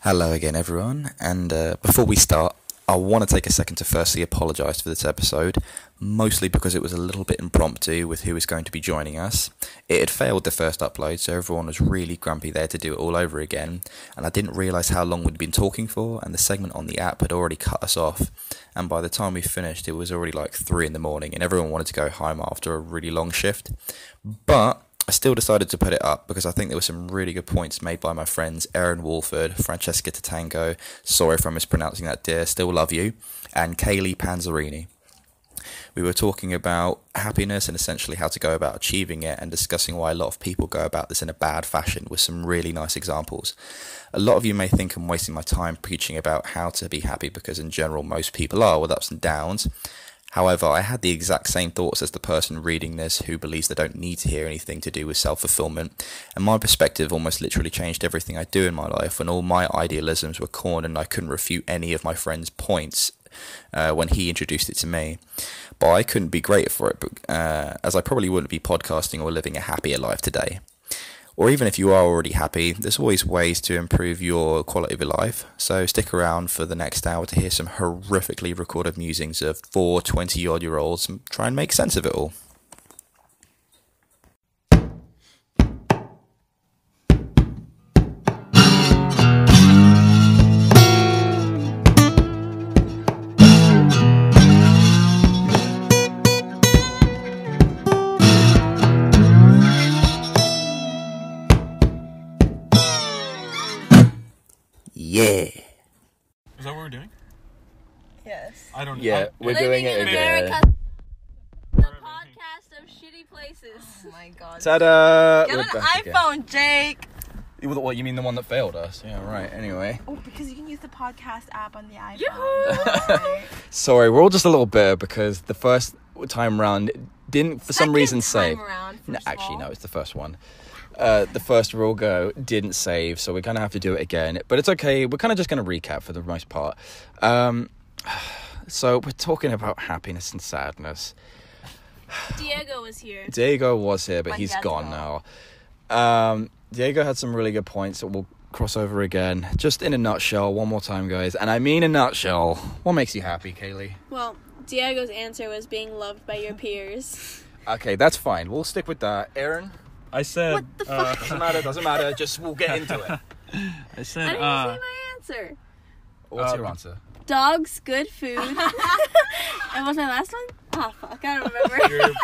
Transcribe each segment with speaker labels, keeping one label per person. Speaker 1: Hello again, everyone. And uh, before we start, I want to take a second to firstly apologise for this episode, mostly because it was a little bit impromptu with who was going to be joining us. It had failed the first upload, so everyone was really grumpy there to do it all over again. And I didn't realise how long we'd been talking for, and the segment on the app had already cut us off. And by the time we finished, it was already like three in the morning, and everyone wanted to go home after a really long shift. But I still decided to put it up because I think there were some really good points made by my friends Aaron Walford, Francesca Tatango, sorry if I'm mispronouncing that dear, still love you, and Kaylee Panzerini. We were talking about happiness and essentially how to go about achieving it and discussing why a lot of people go about this in a bad fashion with some really nice examples. A lot of you may think I'm wasting my time preaching about how to be happy because, in general, most people are with ups and downs. However, I had the exact same thoughts as the person reading this who believes they don't need to hear anything to do with self fulfillment, and my perspective almost literally changed everything I do in my life when all my idealisms were cornered and I couldn't refute any of my friend's points uh, when he introduced it to me. But I couldn't be great for it, but, uh, as I probably wouldn't be podcasting or living a happier life today or even if you are already happy, there's always ways to improve your quality of your life. So stick around for the next hour to hear some horrifically recorded musings of four 20 odd year olds and try and make sense of it all. Yeah.
Speaker 2: Is that what we're doing?
Speaker 3: Yes.
Speaker 2: I don't
Speaker 4: Yeah,
Speaker 2: I-
Speaker 4: we're doing it again.
Speaker 5: the podcast of shitty places.
Speaker 3: Oh my god.
Speaker 4: Ta-da!
Speaker 3: Get
Speaker 4: We're
Speaker 3: an
Speaker 4: back again.
Speaker 3: iPhone, Jake.
Speaker 4: What, you mean the one that failed us? Yeah, right. Anyway.
Speaker 3: Oh, because you can use the podcast app on the iPhone.
Speaker 4: Sorry, we're all just a little bitter because the first time round it didn't, for some
Speaker 3: Second
Speaker 4: reason,
Speaker 3: time
Speaker 4: save.
Speaker 3: around,
Speaker 4: No,
Speaker 3: first of
Speaker 4: actually,
Speaker 3: all.
Speaker 4: no, it's the first one. Uh, the first roll go didn't save, so we're gonna have to do it again. But it's okay. We're kind of just gonna recap for the most part. Um, so we're talking about happiness and sadness.
Speaker 5: Diego was here.
Speaker 4: Diego was here, but,
Speaker 3: But he
Speaker 4: he's
Speaker 3: has
Speaker 4: gone now. Um, Diego had some really good points that we'll cross over again. Just in a nutshell, one more time, guys. And I mean a nutshell. What makes you happy, Kaylee?
Speaker 5: Well, Diego's answer was being loved by your peers.
Speaker 4: Okay, that's fine. We'll stick with that. Aaron,
Speaker 2: I said.
Speaker 5: What the
Speaker 2: uh,
Speaker 4: doesn't matter, doesn't matter. Just we'll get into it.
Speaker 2: I
Speaker 5: I
Speaker 2: said.
Speaker 5: didn't
Speaker 2: Uh,
Speaker 5: say my answer.
Speaker 4: What's
Speaker 2: Uh,
Speaker 4: your answer?
Speaker 5: Dogs, good food. and was my last one? Ah, fuck, I don't remember.
Speaker 2: your, your,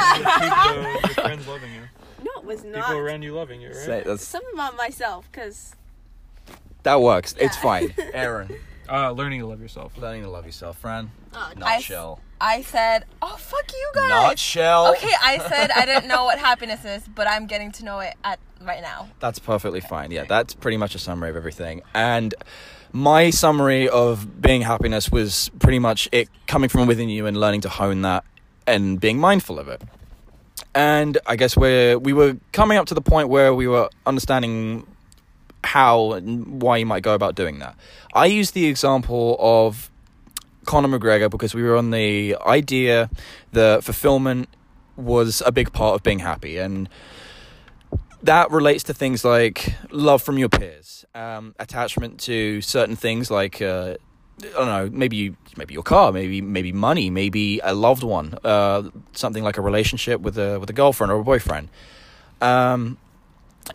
Speaker 2: people- your friends loving you.
Speaker 5: no, it was
Speaker 2: People
Speaker 5: not.
Speaker 2: around you loving you, right?
Speaker 4: that's,
Speaker 5: Something about myself, because
Speaker 4: that works. It's fine. Aaron,
Speaker 2: Uh, learning to love yourself.
Speaker 4: learning to love yourself, Fran.
Speaker 5: Oh,
Speaker 4: Nutshell.
Speaker 3: I said, oh, fuck you guys.
Speaker 4: Nutshell.
Speaker 3: Okay, I said I didn't know what happiness is, but I'm getting to know it at right now.
Speaker 4: That's perfectly fine. Yeah, that's pretty much a summary of everything. And my summary of being happiness was pretty much it coming from within you and learning to hone that and being mindful of it. And I guess we're we were coming up to the point where we were understanding how and why you might go about doing that. I used the example of Conor McGregor because we were on the idea that fulfillment was a big part of being happy and that relates to things like love from your peers, um, attachment to certain things like uh, I don't know, maybe you, maybe your car, maybe maybe money, maybe a loved one, uh, something like a relationship with a with a girlfriend or a boyfriend. Um,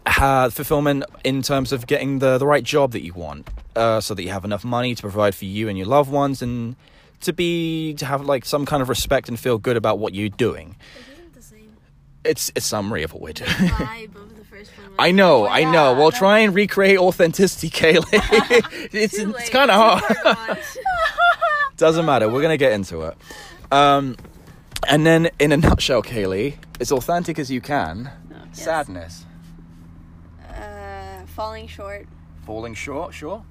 Speaker 4: ha- fulfillment in terms of getting the the right job that you want, uh, so that you have enough money to provide for you and your loved ones, and to be to have like some kind of respect and feel good about what you're doing.
Speaker 5: the same
Speaker 4: It's a summary of what we're doing.
Speaker 5: vibe of the first one.
Speaker 4: I know, I know.
Speaker 3: yeah,
Speaker 4: Well,
Speaker 3: that-
Speaker 4: try and recreate authenticity, Kaylee. it's
Speaker 5: Too
Speaker 4: it's
Speaker 5: late.
Speaker 4: kind of hard.
Speaker 5: God.
Speaker 4: Doesn't matter. We're gonna get into it. Um, and then, in a nutshell, Kaylee, as authentic as you can.
Speaker 5: Oh,
Speaker 4: Sadness,
Speaker 5: Uh, falling short.
Speaker 4: falling short, sure.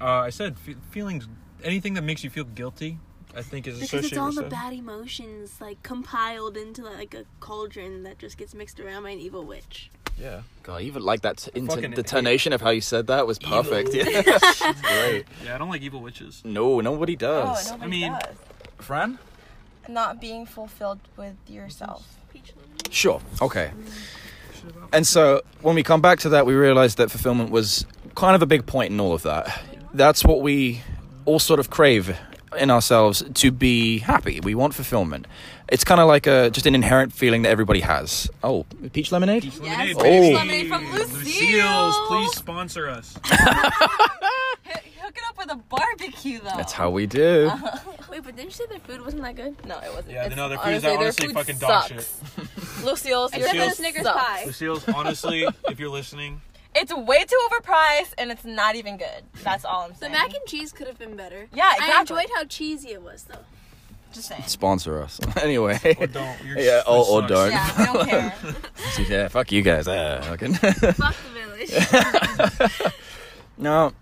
Speaker 2: Uh, I said fe- feelings. Anything that makes you feel guilty, I think, is
Speaker 5: Because it's
Speaker 2: associated
Speaker 5: all
Speaker 2: with
Speaker 5: the
Speaker 2: sad-
Speaker 5: bad emotions, like compiled into like a cauldron that just gets mixed around by an evil witch.
Speaker 2: Yeah.
Speaker 4: God, even like that t-
Speaker 2: Fucking
Speaker 4: inton- the
Speaker 2: hate-
Speaker 4: tonation of how you said that was perfect. Yeah, great.
Speaker 2: Yeah, I don't like evil witches.
Speaker 4: No, nobody
Speaker 3: Oh,
Speaker 4: does.
Speaker 3: nobody
Speaker 2: mean-
Speaker 3: does.
Speaker 4: Fran,
Speaker 3: Not being fulfilled with yourself.
Speaker 5: Peach lemonade.
Speaker 4: sure, okay. And so when we come back to that, we realized that fulfillment was kind of a big point in all of that. that's what we all sort of crave in ourselves to be happy. We want fulfillment. It's kind of like a just an inherent feeling that everybody has. Oh, peach lemonade.
Speaker 2: Peach
Speaker 3: Yes,
Speaker 2: lemonade,
Speaker 3: peach
Speaker 2: baby.
Speaker 3: lemonade from
Speaker 2: Lucille's,
Speaker 3: Lucille.
Speaker 2: please sponsor us.
Speaker 3: H- hook it up with a barbecue though.
Speaker 4: That's how we do.
Speaker 2: Uh-huh.
Speaker 5: Wait, but didn't you say their food wasn't that good?
Speaker 3: No, it wasn't.
Speaker 2: Yeah,
Speaker 3: It's-
Speaker 2: no, their food is
Speaker 3: honestly,
Speaker 2: honestly
Speaker 3: their
Speaker 2: fucking
Speaker 3: food
Speaker 2: dog
Speaker 3: sucks. Lucille's,
Speaker 5: Except for
Speaker 3: your
Speaker 2: Lucille's-
Speaker 5: the
Speaker 3: food
Speaker 5: Snickers
Speaker 3: sucks.
Speaker 5: pie.
Speaker 2: Lucille's, honestly, if you're listening,
Speaker 3: It's way too overpriced and it's not even good. That's all I'm
Speaker 5: The
Speaker 3: saying.
Speaker 5: mac and cheese could have been better.
Speaker 3: Yeah,
Speaker 5: I
Speaker 3: exactly.
Speaker 5: enjoyed how cheesy it was, though.
Speaker 3: Just saying.
Speaker 4: Sponsor us anyway.
Speaker 2: or don't. You're,
Speaker 4: Yeah, or- or don't.
Speaker 3: Yeah, we don't care.
Speaker 4: yeah, fuck you guys. Ah, fucking-
Speaker 5: Fuck the village.
Speaker 4: No.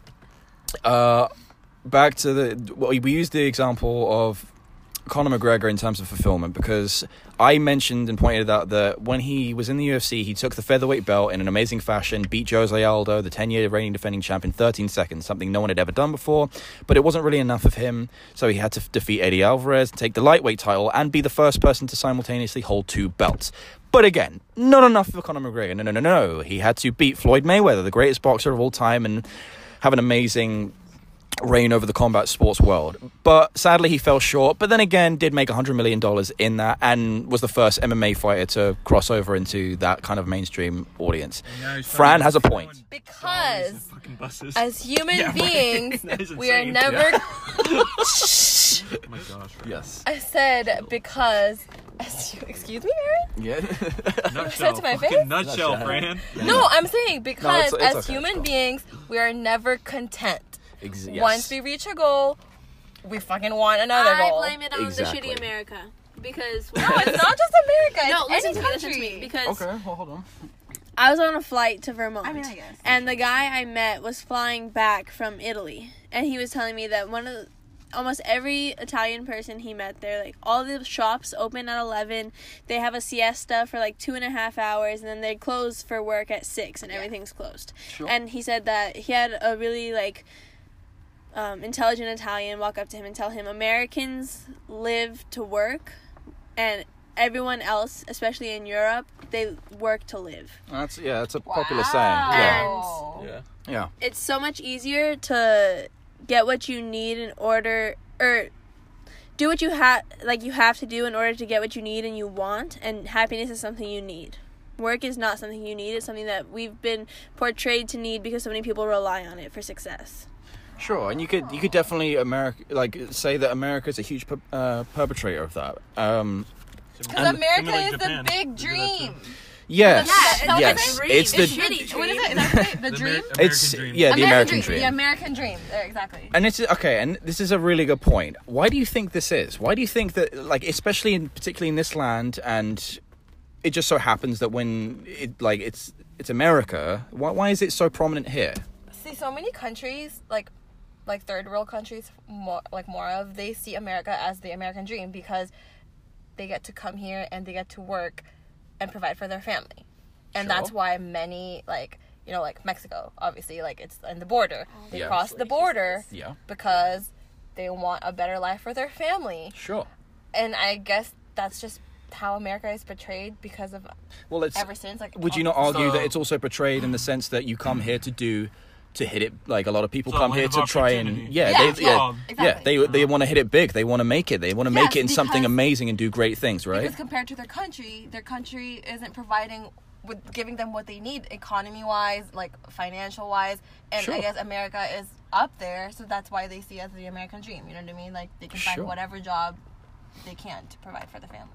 Speaker 4: Uh, back to the. Well, we used the example of Conor McGregor in terms of fulfillment because I mentioned and pointed out that when he was in the UFC, he took the featherweight belt in an amazing fashion, beat Jose Aldo, the 10 year reigning defending champ, in 13 seconds, something no one had ever done before. But it wasn't really enough of him, so he had to f- defeat Eddie Alvarez, take the lightweight title, and be the first person to simultaneously hold two belts. But again, not enough for Conor McGregor. No, no, no, no. He had to beat Floyd Mayweather, the greatest boxer of all time, and have an amazing reign over the combat sports world. But sadly, he fell short. But then again, did make $100 million in that and was the first MMA fighter to cross over into that kind of mainstream audience.
Speaker 2: Now he's
Speaker 4: Fran
Speaker 2: fucking
Speaker 4: has a point.
Speaker 2: throwing dollars at
Speaker 3: Because
Speaker 2: fucking buses.
Speaker 3: as human
Speaker 2: Yeah, right.
Speaker 3: beings,
Speaker 2: That is
Speaker 3: we are
Speaker 2: insane.
Speaker 3: never.
Speaker 2: oh my gosh.
Speaker 4: Yes.
Speaker 3: I said because. as you- Excuse me, Aaron?
Speaker 4: Yeah.
Speaker 2: Nutshell.
Speaker 3: to my
Speaker 2: fucking
Speaker 3: face?
Speaker 2: Nutshell,
Speaker 4: Nutshell.
Speaker 2: Fran.
Speaker 3: No, I'm saying because
Speaker 4: it's
Speaker 3: as
Speaker 4: okay, it's
Speaker 3: human
Speaker 4: cool.
Speaker 3: beings, we are never content.
Speaker 4: Ex-
Speaker 3: Once we reach a goal, we fucking want another
Speaker 5: I
Speaker 3: goal.
Speaker 5: blame it on the
Speaker 4: Exactly.
Speaker 5: shitty America because
Speaker 3: No, it's not just America. It's
Speaker 5: no, listen
Speaker 3: any
Speaker 5: to me,
Speaker 3: country.
Speaker 5: listen to me. Because
Speaker 4: well, hold on.
Speaker 5: I was on a flight to Vermont.
Speaker 3: I mean, I guess.
Speaker 5: And the guy I met was flying back from Italy, and he was telling me that one of the, almost every Italian person he met there, like all the shops open at eleven. They have a siesta for like two and a half hours, and then they close for work at six, and everything's closed. And he said that he had a really like um, intelligent Italian walk up to him and tell him Americans live to work, and everyone else, especially in Europe, they work to live.
Speaker 4: That's, yeah, that's a popular saying. Yeah.
Speaker 3: Wow.
Speaker 2: Yeah.
Speaker 4: Yeah.
Speaker 5: it's so much easier to get what you need in order or do what you have like you have to do in order to get what you need and you want and happiness is something you need work is not something you need it's something that we've been portrayed to need because so many people rely on it for success
Speaker 4: Sure, and you could you could definitely America like say that America is a huge per- uh, perpetrator of that. Um,
Speaker 3: Because America
Speaker 2: Similar to
Speaker 3: is the
Speaker 2: Japan.
Speaker 3: big
Speaker 2: They do that
Speaker 3: dream.
Speaker 4: yes,
Speaker 3: Yeah,
Speaker 4: yes, it's the
Speaker 3: What is it? Is that the,
Speaker 2: The Amer-
Speaker 3: the dream?
Speaker 2: American
Speaker 4: it's
Speaker 2: dream.
Speaker 4: yeah the American
Speaker 3: The
Speaker 4: dream.
Speaker 3: American dream. There, exactly.
Speaker 4: And it's okay, and this is a really good point. Why do you think this is? Why do you think that, like, especially in particularly in this land, and it just so happens that when it like it's it's America. Why why is it so prominent here?
Speaker 3: See, so many countries, like like third world countries, more like more of, they see America as the American dream because they get to come here and they get to work and provide for their family, and that's
Speaker 4: Sure.
Speaker 3: why many like you know like Mexico, obviously, like it's in the border. They
Speaker 4: Yeah.
Speaker 3: cross the border
Speaker 4: Yeah,
Speaker 3: because they want a better life for their family,
Speaker 4: sure.
Speaker 3: and I guess that's just how America is portrayed because of
Speaker 4: Well, it's
Speaker 3: ever since like
Speaker 4: would you
Speaker 3: all-
Speaker 4: not argue that
Speaker 2: So-
Speaker 4: it's also portrayed in the sense that you come here to do to hit it like a lot of people
Speaker 2: So,
Speaker 4: come
Speaker 2: land
Speaker 4: here
Speaker 2: of
Speaker 4: to try and
Speaker 2: opportunity.
Speaker 4: yeah
Speaker 3: Yeah,
Speaker 4: they,
Speaker 3: yeah,
Speaker 4: yeah, yeah
Speaker 3: exactly.
Speaker 4: they they want to hit it big they want to make it they want to make
Speaker 3: Yes,
Speaker 4: it in something
Speaker 3: because-
Speaker 4: amazing and do great things right
Speaker 3: because compared to their country, their country isn't providing with giving them what they need economy wise, like financial wise, and
Speaker 4: Sure.
Speaker 3: I guess America is up there, so that's why they see us the American dream. You know what I mean? Like they can find
Speaker 4: Sure.
Speaker 3: whatever job they can to provide for the family.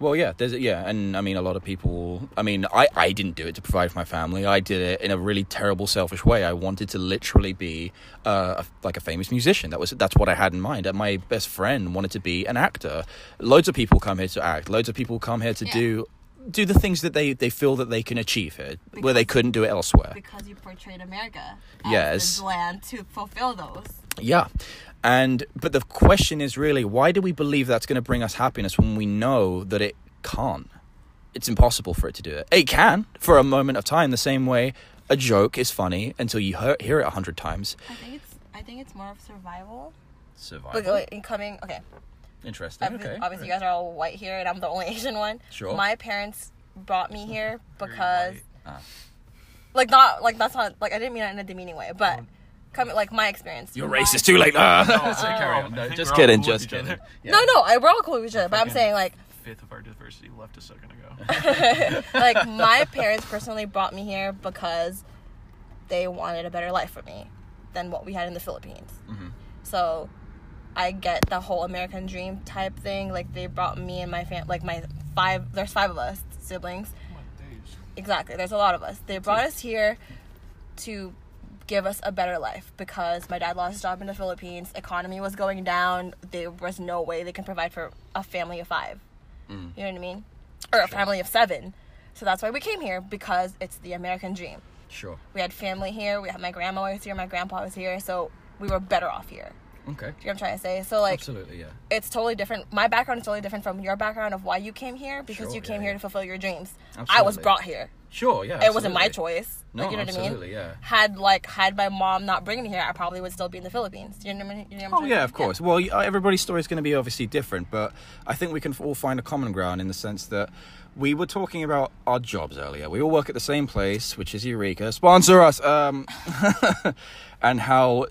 Speaker 4: Well, yeah, there's yeah, and I mean, a lot of people. I mean, I I didn't do it to provide for my family. I did it in a really terrible, selfish way. I wanted to literally be uh, a, like a famous musician. That was that's what I had in mind. And my best friend wanted to be an actor. Loads of people come here to act. Loads of people come here to
Speaker 3: Yeah.
Speaker 4: do do the things that they they feel that they can achieve here, where
Speaker 3: Because-
Speaker 4: they couldn't do it elsewhere.
Speaker 3: Because you portrayed America as
Speaker 4: Yes.
Speaker 3: the land to fulfill those.
Speaker 4: Yeah. And but the question is really why do we believe that's going to bring us happiness when we know that it can't? It's impossible for it to do it. It can for a moment of time the same way a joke is funny until you hear, hear it a hundred times.
Speaker 3: I think it's I think it's more of survival. But
Speaker 4: Survival.
Speaker 3: like, incoming okay.
Speaker 4: Interesting.
Speaker 3: Obviously, obviously you guys are all white here, and I'm the only Asian one.
Speaker 4: Sure.
Speaker 3: My parents brought me here because,
Speaker 2: white.
Speaker 4: Ah.
Speaker 3: like, not like that's not like I didn't mean it in a demeaning way, but coming like my experience.
Speaker 4: Oh. You're
Speaker 3: My-
Speaker 4: racist. Too late. Ah.
Speaker 3: Oh,
Speaker 4: So carry
Speaker 2: I don't
Speaker 4: on.
Speaker 2: know. I
Speaker 4: No,
Speaker 2: think
Speaker 4: just
Speaker 2: we're all
Speaker 4: kidding.
Speaker 2: cool with
Speaker 4: Just
Speaker 2: each
Speaker 4: kidding.
Speaker 2: other.
Speaker 4: Yeah.
Speaker 3: No, no, I, we're all cool with each other, but I'm
Speaker 2: Fucking-
Speaker 3: saying like
Speaker 2: Fifth of our diversity left a second ago.
Speaker 3: like my parents personally brought me here because they wanted a better life for me than what we had in the Philippines.
Speaker 4: Mm-hmm.
Speaker 3: So I get the whole American dream type thing. Like they brought me and my fam, like my five. There's five of us siblings. Exactly. There's a lot of us. They brought us here to give us a better life because my dad lost his job in the Philippines. Economy was going down. There was no way they can provide for a family of five.
Speaker 4: Mm.
Speaker 3: You know what I mean? Or a family of seven. So that's why we came here because it's the American dream.
Speaker 4: Sure.
Speaker 3: We had family here. We had my grandma was here. My grandpa was here. So we were better off here.
Speaker 4: Okay.
Speaker 3: Do you know what I'm trying to say? So like,
Speaker 4: Absolutely. Yeah.
Speaker 3: it's totally different. My background is totally different from your background of why you came here because
Speaker 4: Sure,
Speaker 3: you
Speaker 4: yeah,
Speaker 3: came
Speaker 4: yeah.
Speaker 3: here to fulfill your dreams. I was
Speaker 4: Absolutely.
Speaker 3: brought here.
Speaker 4: Sure. Yeah.
Speaker 3: It wasn't my
Speaker 4: absolutely.
Speaker 3: choice.
Speaker 4: No,
Speaker 3: like, you know what I
Speaker 4: absolutely,
Speaker 3: mean?
Speaker 4: yeah.
Speaker 3: Had like had my mom not bring me here, I probably would still be in the Philippines. Do you know what I mean? You know what I'm
Speaker 4: Oh
Speaker 3: trying to
Speaker 4: yeah,
Speaker 3: say?
Speaker 4: of course. Well, y- everybody's story is going to be obviously different, but I think we can all find a common ground in the sense that we were talking about our jobs earlier. We all work at the same place, which is Eureka. Sponsor us. Um, and how,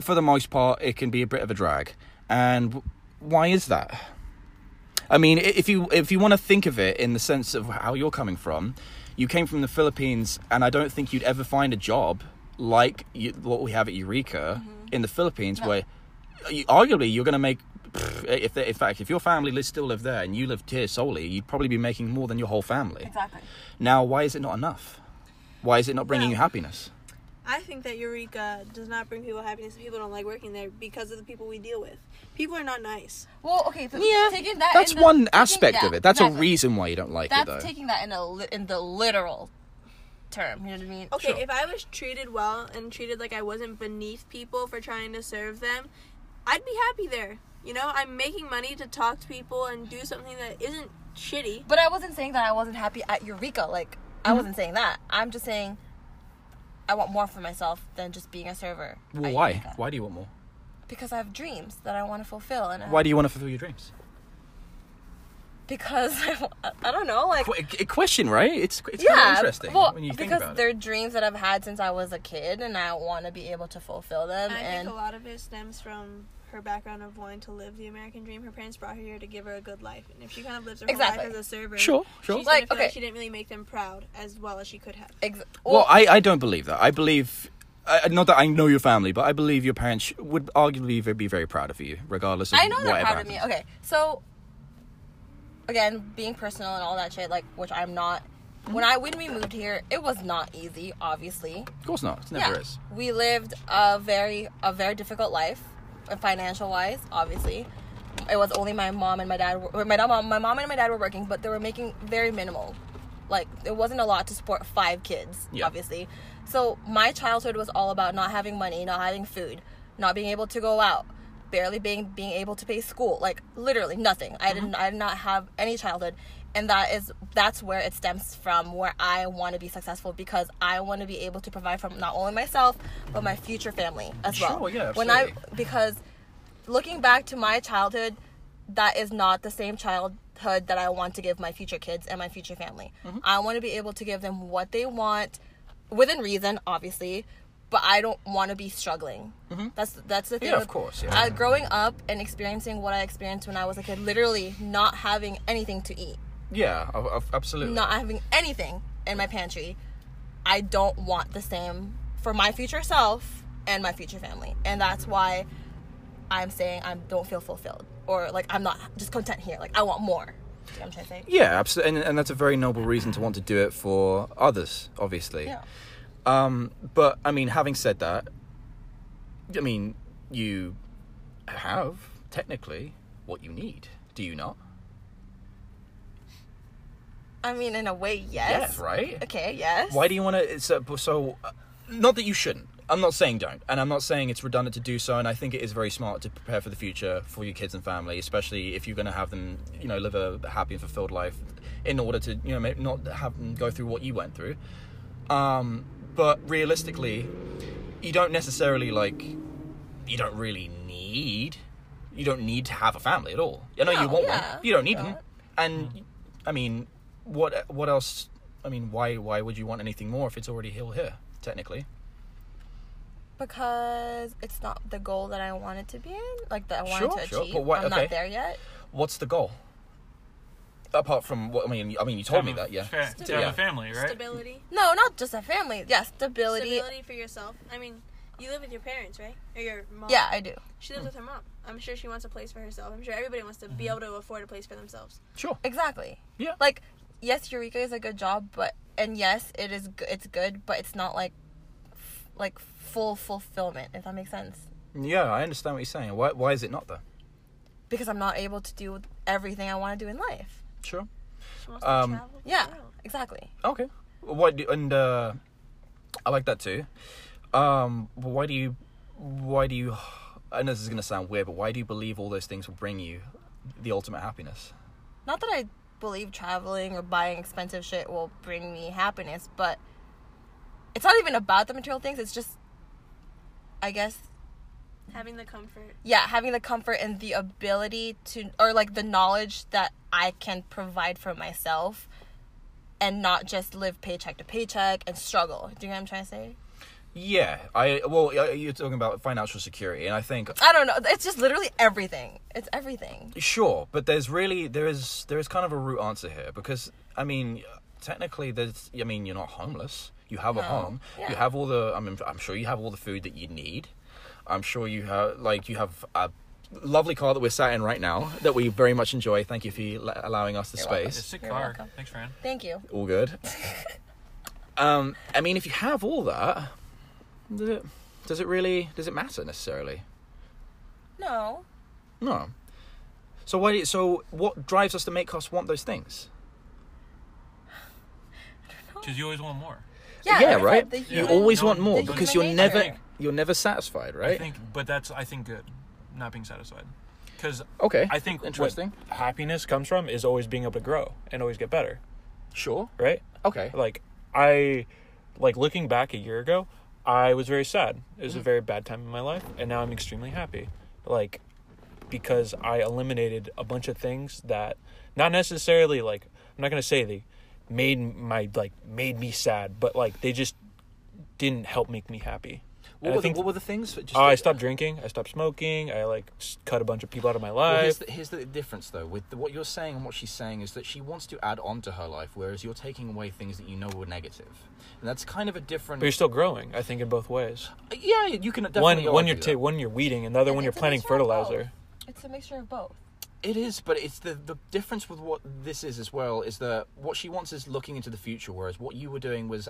Speaker 4: for the most part, it can be a bit of a drag. And w- why is that? I mean, i- if you if you want to think of it in the sense of how you're coming from, you came from the Philippines, and I don't think you'd ever find a job like you, what we have at Eureka in the Philippines, where you, arguably you're going to make. pff, If they, in fact, if your family li- still live there and you lived here solely, you'd probably be making more than your whole family.
Speaker 3: Exactly.
Speaker 4: Now, why is it not enough? Why is it not bringing
Speaker 5: Well,
Speaker 4: you happiness?
Speaker 5: I think that Eureka does not bring people happiness. People don't like working there because of the people we deal with. People are not nice.
Speaker 3: Well, okay. So taking that
Speaker 4: That's
Speaker 3: in the-
Speaker 4: one
Speaker 3: taking-
Speaker 4: aspect
Speaker 3: yeah,
Speaker 4: of it. That's a
Speaker 3: exactly.
Speaker 4: reason why you don't like it, though.
Speaker 3: That's taking that in a li- in the literal term. You know what I mean?
Speaker 5: Okay, if I was treated well and treated like I wasn't beneath people for trying to serve them, I'd be happy there. You know, I'm making money to talk to people and do something that isn't shitty.
Speaker 3: But I wasn't saying that I wasn't happy at Eureka. Like
Speaker 4: Mm-hmm.
Speaker 3: I wasn't saying that. I'm just saying I want more for myself than just being a server.
Speaker 4: well,
Speaker 3: at
Speaker 4: why?
Speaker 3: Eureka.
Speaker 4: Why do you want more?
Speaker 3: Because I have dreams that I want to fulfill, and I-
Speaker 4: Why do you want to fulfill your dreams?
Speaker 3: because I, wa- I don't know, like.
Speaker 4: Qu- a question, right? It's it's kind of
Speaker 3: yeah,
Speaker 4: interesting
Speaker 3: well,
Speaker 4: when you think
Speaker 3: because
Speaker 4: about
Speaker 3: they're
Speaker 4: it.
Speaker 3: dreams that I've had since I was a kid, and I want to be able to fulfill them.
Speaker 5: I
Speaker 3: Um, and
Speaker 5: think a lot of it stems from her background of wanting to live the American dream. Her parents brought her here to give her a good life, and if she kind of lives her whole
Speaker 3: Exactly.
Speaker 5: life as a server,
Speaker 4: Sure, sure.
Speaker 5: she's
Speaker 3: Like,
Speaker 5: gonna feel
Speaker 3: okay.
Speaker 5: like she didn't really make them proud as well as she could have.
Speaker 3: ex-
Speaker 4: Well, I, I don't believe that. I believe. I, not that I know your family, but I believe your parents sh- would arguably ve- be very proud of you, regardless of
Speaker 3: I know they're
Speaker 4: whatever
Speaker 3: proud of me.
Speaker 4: happens.
Speaker 3: Okay, so again, being personal and all that shit, like which I'm not.
Speaker 5: Mm-hmm.
Speaker 3: When I when we moved here, it was not easy. Obviously,
Speaker 4: Of course not. It never
Speaker 3: yeah,
Speaker 4: is.
Speaker 3: we lived a very a very difficult life, uh, financial wise. Obviously, it was only my mom and my dad. Were, or my mom, my mom and my dad were working, but they were making very minimal. Like it wasn't a lot to support five kids,
Speaker 4: Yeah.
Speaker 3: obviously. So my childhood was all about not having money, not having food, not being able to go out, barely being being able to pay school. Like literally nothing. I didn't.
Speaker 4: Mm-hmm.
Speaker 3: I did not have any childhood, and that is that's where it stems from. Where I want to be successful because I want to be able to provide for not only myself but my future family as well.
Speaker 4: Sure, yeah,
Speaker 3: When I
Speaker 4: absolutely.
Speaker 3: because looking back to my childhood, that is not the same childhood that I want to give my future kids and my future family.
Speaker 4: Mm-hmm.
Speaker 3: I want to be able to give them what they want within reason, obviously, but I don't want to be struggling. That's that's the
Speaker 4: Mm-hmm.
Speaker 3: thing.
Speaker 4: Yeah, of
Speaker 3: with-
Speaker 4: course, yeah.
Speaker 3: uh, growing up and experiencing what I experienced when I was a kid, literally not having anything to eat,
Speaker 4: Yeah, of- of- absolutely.
Speaker 3: not having anything in my pantry, I don't want the same for my future self and my future family. And that's why I'm saying I don't feel fulfilled or like I'm not just content here. Like I want more. Do you know what I'm trying to say?
Speaker 4: Yeah, absolutely. And, and that's a very noble reason to want to do it for others, obviously.
Speaker 3: Yeah.
Speaker 4: Um, but I mean, having said that, I mean, you have technically what you need. Do you not?
Speaker 3: I mean, in a way, yes.
Speaker 4: right.
Speaker 3: Okay, yes.
Speaker 4: Why do you want to? So, so uh, not that you shouldn't. I'm not saying don't, and I'm not saying it's redundant to do so. And I think it is very smart to prepare for the future for your kids and family, especially if you're going to have them, you know, live a happy and fulfilled life, in order to, you know, ma- not have them go through what you went through. Um, but realistically, you don't necessarily like. You don't really need. You don't need to have a family at all. I know you
Speaker 3: No,
Speaker 4: want
Speaker 3: yeah,
Speaker 4: one. You don't need
Speaker 3: don't.
Speaker 4: one. And I mean, what what else? I mean, why why would you want anything more if it's already hill here? Technically,
Speaker 3: because it's not the goal that I wanted to be in, like that I wanted
Speaker 4: Sure,
Speaker 3: to
Speaker 4: sure,
Speaker 3: achieve.
Speaker 4: but what-
Speaker 3: I'm
Speaker 4: okay.
Speaker 3: not there yet.
Speaker 4: What's the goal? Apart from what I mean, I mean, you told me
Speaker 2: Have a-
Speaker 4: that, yeah.
Speaker 2: fa- To
Speaker 4: Yeah.
Speaker 2: have a family, right?
Speaker 5: Stability.
Speaker 3: No, not just a family. Yeah, stability.
Speaker 5: Stability for yourself. I mean, you live with your parents, right? Or your mom.
Speaker 3: Yeah, I do.
Speaker 5: She lives with her mom. I'm sure she wants a place for herself. I'm sure everybody wants to be
Speaker 3: Mm-hmm.
Speaker 5: able to afford a place for themselves.
Speaker 4: Sure.
Speaker 3: Exactly.
Speaker 4: Yeah.
Speaker 3: Like, yes, Eureka is a good job, but and yes, it is. g- It's good, but it's not like, f- like full fulfillment. If that makes sense.
Speaker 4: Yeah, I understand what you're saying. Why, why is it not though?
Speaker 3: Because I'm not able to do everything I want to do in life.
Speaker 4: Sure.
Speaker 5: She wants to
Speaker 4: Um,
Speaker 5: travel. the
Speaker 3: Yeah,
Speaker 5: world.
Speaker 3: exactly.
Speaker 4: Okay. What do, and uh, I like that too. Um, but why do you? Why do you? I know this is gonna sound weird, but why do you believe all those things will bring you the ultimate happiness?
Speaker 3: Not that I believe traveling or buying expensive shit will bring me happiness, but it's not even about the material things. It's just, I guess,
Speaker 5: Having the comfort.
Speaker 3: yeah, having the comfort and the ability to, or like the knowledge that I can provide for myself and not just live paycheck to paycheck and struggle. Do you know what I'm trying to say?
Speaker 4: Yeah, I well, y- you're talking about financial security, and I think
Speaker 3: I don't know. It's just literally everything. It's everything.
Speaker 4: sure, but there's really there is there is kind of a root answer here because I mean, technically, there's I mean, you're not homeless. You have a
Speaker 3: No.
Speaker 4: home.
Speaker 3: Yeah.
Speaker 4: You have all the I mean, I'm sure you have all the food that you need. I'm sure you have like you have a lovely car that we're sat in right now that we very much enjoy. Thank you for la- allowing us the
Speaker 3: You're welcome.
Speaker 4: space
Speaker 2: It's a sick
Speaker 3: You're
Speaker 2: car.
Speaker 3: welcome.
Speaker 2: Thanks, Fran.
Speaker 3: Thank you.
Speaker 4: all good. um, I mean, if you have all that, does it, does it really does it matter necessarily?
Speaker 3: No.
Speaker 4: No. So why? do you- So what drives us to make us want those things?
Speaker 2: Because you always want more.
Speaker 3: Yeah, like I said,
Speaker 4: right.
Speaker 3: the
Speaker 4: You
Speaker 3: human-
Speaker 4: always
Speaker 2: No,
Speaker 4: want more
Speaker 3: the
Speaker 4: because you're
Speaker 3: human
Speaker 4: never
Speaker 3: nature.
Speaker 4: you're never satisfied,
Speaker 2: I
Speaker 4: right?
Speaker 2: think, but that's I think good, not being satisfied, because
Speaker 4: okay.
Speaker 2: I think what
Speaker 4: interesting.
Speaker 2: happiness comes from is always being able to grow and always get better,
Speaker 4: Sure.
Speaker 2: right?
Speaker 4: Okay.
Speaker 2: Like I, like looking back a year ago, I was very sad. It
Speaker 4: Mm.
Speaker 2: was a very bad time in my life, and now I'm extremely happy, like because I eliminated a bunch of things that not necessarily like I'm not gonna say they made my like made me sad, but like they just didn't help make me happy.
Speaker 4: What
Speaker 2: And I
Speaker 4: were, the,
Speaker 2: think- Oh,
Speaker 4: what were the things? that Just
Speaker 2: I stopped drinking. I stopped smoking. I like s- cut a bunch of people out of my
Speaker 4: Well, here's,
Speaker 2: life.
Speaker 4: the, here's the difference, though, with the, what you're saying and what she's saying is that she wants to add on to her life, whereas you're taking away things that you know were negative, and that's kind of a different. Uh,
Speaker 2: but you're still growing. I think in both ways.
Speaker 4: Yeah, you can definitely.
Speaker 2: One, one
Speaker 4: argue
Speaker 2: you're
Speaker 4: that.
Speaker 2: ta- one you're weeding, and the other one you're
Speaker 3: It's a
Speaker 2: planting
Speaker 3: mixture of both.
Speaker 2: fertilizer.
Speaker 3: It's a mixture of both.
Speaker 4: It is, but it's the the difference with what this is as well is that what she wants is looking into the future, whereas what you were doing was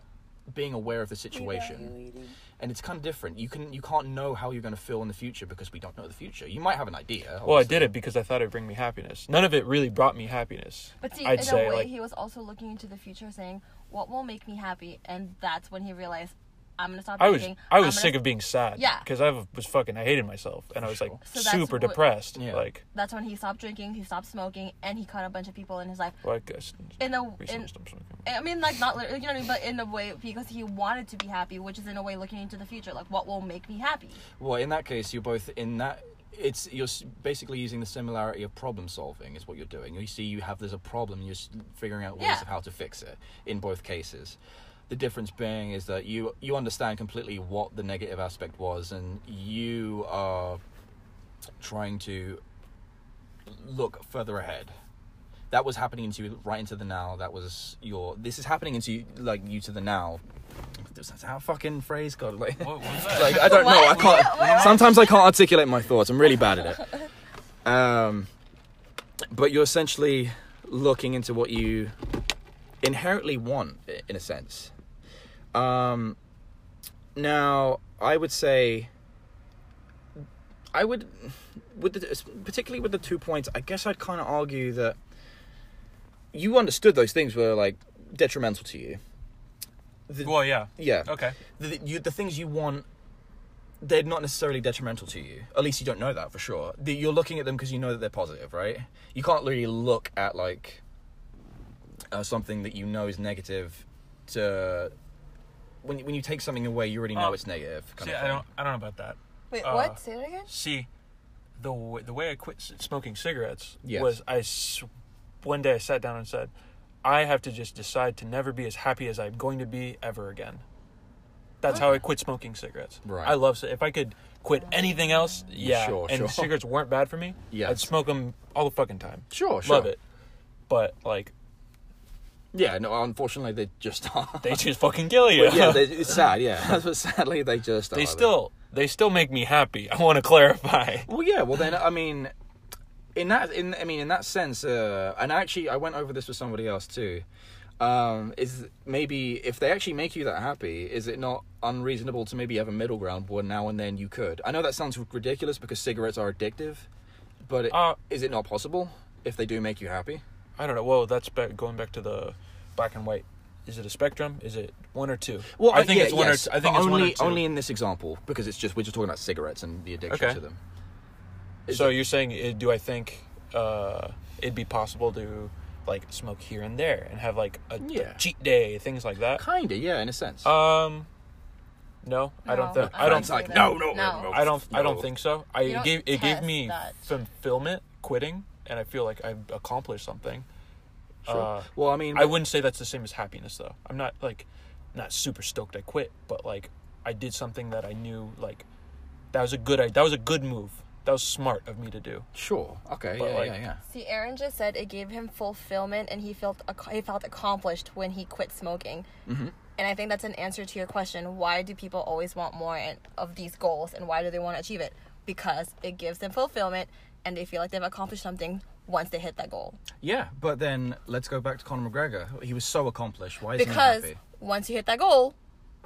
Speaker 4: being aware of the situation. And it's kind of different. You can you can't know how you're going to feel in the future because we don't know the future. You might have an idea.
Speaker 2: Well, I
Speaker 4: obviously.
Speaker 2: did it because I thought it'd bring me happiness. None of it really brought me happiness.
Speaker 3: But see,
Speaker 2: I'd
Speaker 3: in
Speaker 2: say
Speaker 3: a way,
Speaker 2: like
Speaker 3: he was also looking into the future, saying, "What will make me happy?" And that's when he realized, "I'm gonna stop
Speaker 2: I was
Speaker 3: drinking."
Speaker 2: I was sick of being sad.
Speaker 3: Yeah.
Speaker 2: because I was fucking I hated myself, and I was like
Speaker 4: Sure.
Speaker 3: So that's
Speaker 2: super
Speaker 3: what-
Speaker 2: depressed.
Speaker 4: Yeah.
Speaker 2: Like
Speaker 3: That's when he stopped drinking. He stopped smoking, and he caught a bunch of people in his life.
Speaker 2: like I s-
Speaker 3: In a
Speaker 2: recently
Speaker 3: in,
Speaker 2: stopped smoking.
Speaker 3: I mean, like not literally, you know what I mean, but in a way because he wanted to be happy, which is in a way looking into the future, like what will make me happy.
Speaker 4: Well, in that case, you're both in that. It's you're s- basically using the similarity of problem solving is what you're doing. You see, you have there's a problem, you're s- figuring out ways
Speaker 3: Yeah.
Speaker 4: of how to fix it. In both cases, the difference being is that you you understand completely what the negative aspect was, and you are trying to look further ahead. That was happening into you right into the now. That was your. This is happening into you, like you to the now. Does that sound fucking phrase? God, like
Speaker 2: What was that?
Speaker 4: like I don't know. I
Speaker 3: What?
Speaker 4: can't. Sometimes I can't articulate my thoughts. I'm really bad at it. Um, but you're essentially looking into what you inherently want, i- in a sense. Um, now I would say, I would, with the, particularly with the two points, I guess I'd kind of argue that you understood those things were like detrimental to you. The-
Speaker 2: well, yeah.
Speaker 4: yeah
Speaker 2: Okay.
Speaker 4: the, you, the things you want they're not necessarily detrimental to you at least you don't know that for sure the, you're looking at them because you know that they're positive right you can't really look at like uh, something that you know is negative to when, you- when you take something away you already know
Speaker 2: Oh.
Speaker 4: it's negative kind
Speaker 2: See,
Speaker 4: of
Speaker 2: I
Speaker 4: thing.
Speaker 2: don't I don't know about that.
Speaker 3: Wait,
Speaker 2: Uh,
Speaker 3: what? Say that again.
Speaker 2: See, the w- the way I quit s- smoking cigarettes
Speaker 4: Yes.
Speaker 2: was I s- one day I sat down and said, I have to just decide to never be as happy as I'm going to be ever again. That's how I quit smoking cigarettes.
Speaker 4: Right.
Speaker 2: I love. ci- If I could quit anything else, yeah.
Speaker 4: Sure,
Speaker 2: and
Speaker 4: sure.
Speaker 2: cigarettes weren't bad for me.
Speaker 4: Yes.
Speaker 2: I'd smoke them all the fucking time.
Speaker 4: Sure,
Speaker 2: Love
Speaker 4: sure.
Speaker 2: it. But like,
Speaker 4: Yeah, no, unfortunately, they just are.
Speaker 2: they just fucking kill you.
Speaker 4: yeah, they, it's sad. Yeah, that's what sadly they just are.
Speaker 2: they still they still make me happy. I want to clarify.
Speaker 4: Well, yeah. Well, then I mean, in that in I mean in that sense, uh, and actually I went over this with somebody else too. Um, is maybe if they actually make you that happy, is it not unreasonable to maybe have a middle ground where now and then you could? I know that sounds ridiculous because cigarettes are addictive, but it,
Speaker 2: Uh,
Speaker 4: is it not possible if they do make you happy?
Speaker 2: I don't know. Well, that's back, going back to the black and white. Is it a spectrum? Is it one or two? I
Speaker 4: uh,
Speaker 2: think
Speaker 4: yeah,
Speaker 2: it's one
Speaker 4: yes,
Speaker 2: or two. I think
Speaker 4: but
Speaker 2: it's
Speaker 4: only
Speaker 2: one or two.
Speaker 4: only in this example because it's just we're just talking about cigarettes and the addiction
Speaker 2: Okay.
Speaker 4: to them.
Speaker 2: so you're saying, uh, do I think uh, it'd be possible to like smoke here and there and have like a
Speaker 4: Yeah.
Speaker 2: cheat day, things like that?
Speaker 4: Kinda, yeah, in a sense.
Speaker 2: Um, no, I don't
Speaker 3: No,
Speaker 2: think.
Speaker 3: I
Speaker 2: I don't.
Speaker 4: Fran's like,
Speaker 3: that.
Speaker 4: no, no,
Speaker 3: No.
Speaker 2: I don't. I
Speaker 4: no."
Speaker 2: don't think so. I
Speaker 3: You
Speaker 2: it
Speaker 3: don't
Speaker 2: gave it gave
Speaker 3: test
Speaker 2: me
Speaker 3: that.
Speaker 2: fulfillment quitting, and I feel like I've accomplished something.
Speaker 4: Sure.
Speaker 2: Uh,
Speaker 4: well, I mean,
Speaker 2: I wouldn't say that's the same as happiness though. I'm not like not super stoked I quit, but like I did something that I knew like that was a good I that was a good move. That was smart of me to do.
Speaker 4: Sure. Okay.
Speaker 2: But,
Speaker 4: yeah,
Speaker 2: like-
Speaker 4: yeah. Yeah.
Speaker 3: See, Aaron just said it gave him fulfillment, and he felt ac- he felt accomplished when he quit smoking. Mm-hmm. And I think that's an answer to your question: Why do people always want more and, of these goals, and why do they want to achieve it? Because it gives them fulfillment, and they feel like they've accomplished something once they hit that goal.
Speaker 4: Yeah, but then let's go back to Conor McGregor. He was so accomplished. Why isn't
Speaker 3: Because
Speaker 4: he happy?
Speaker 3: once you hit that goal,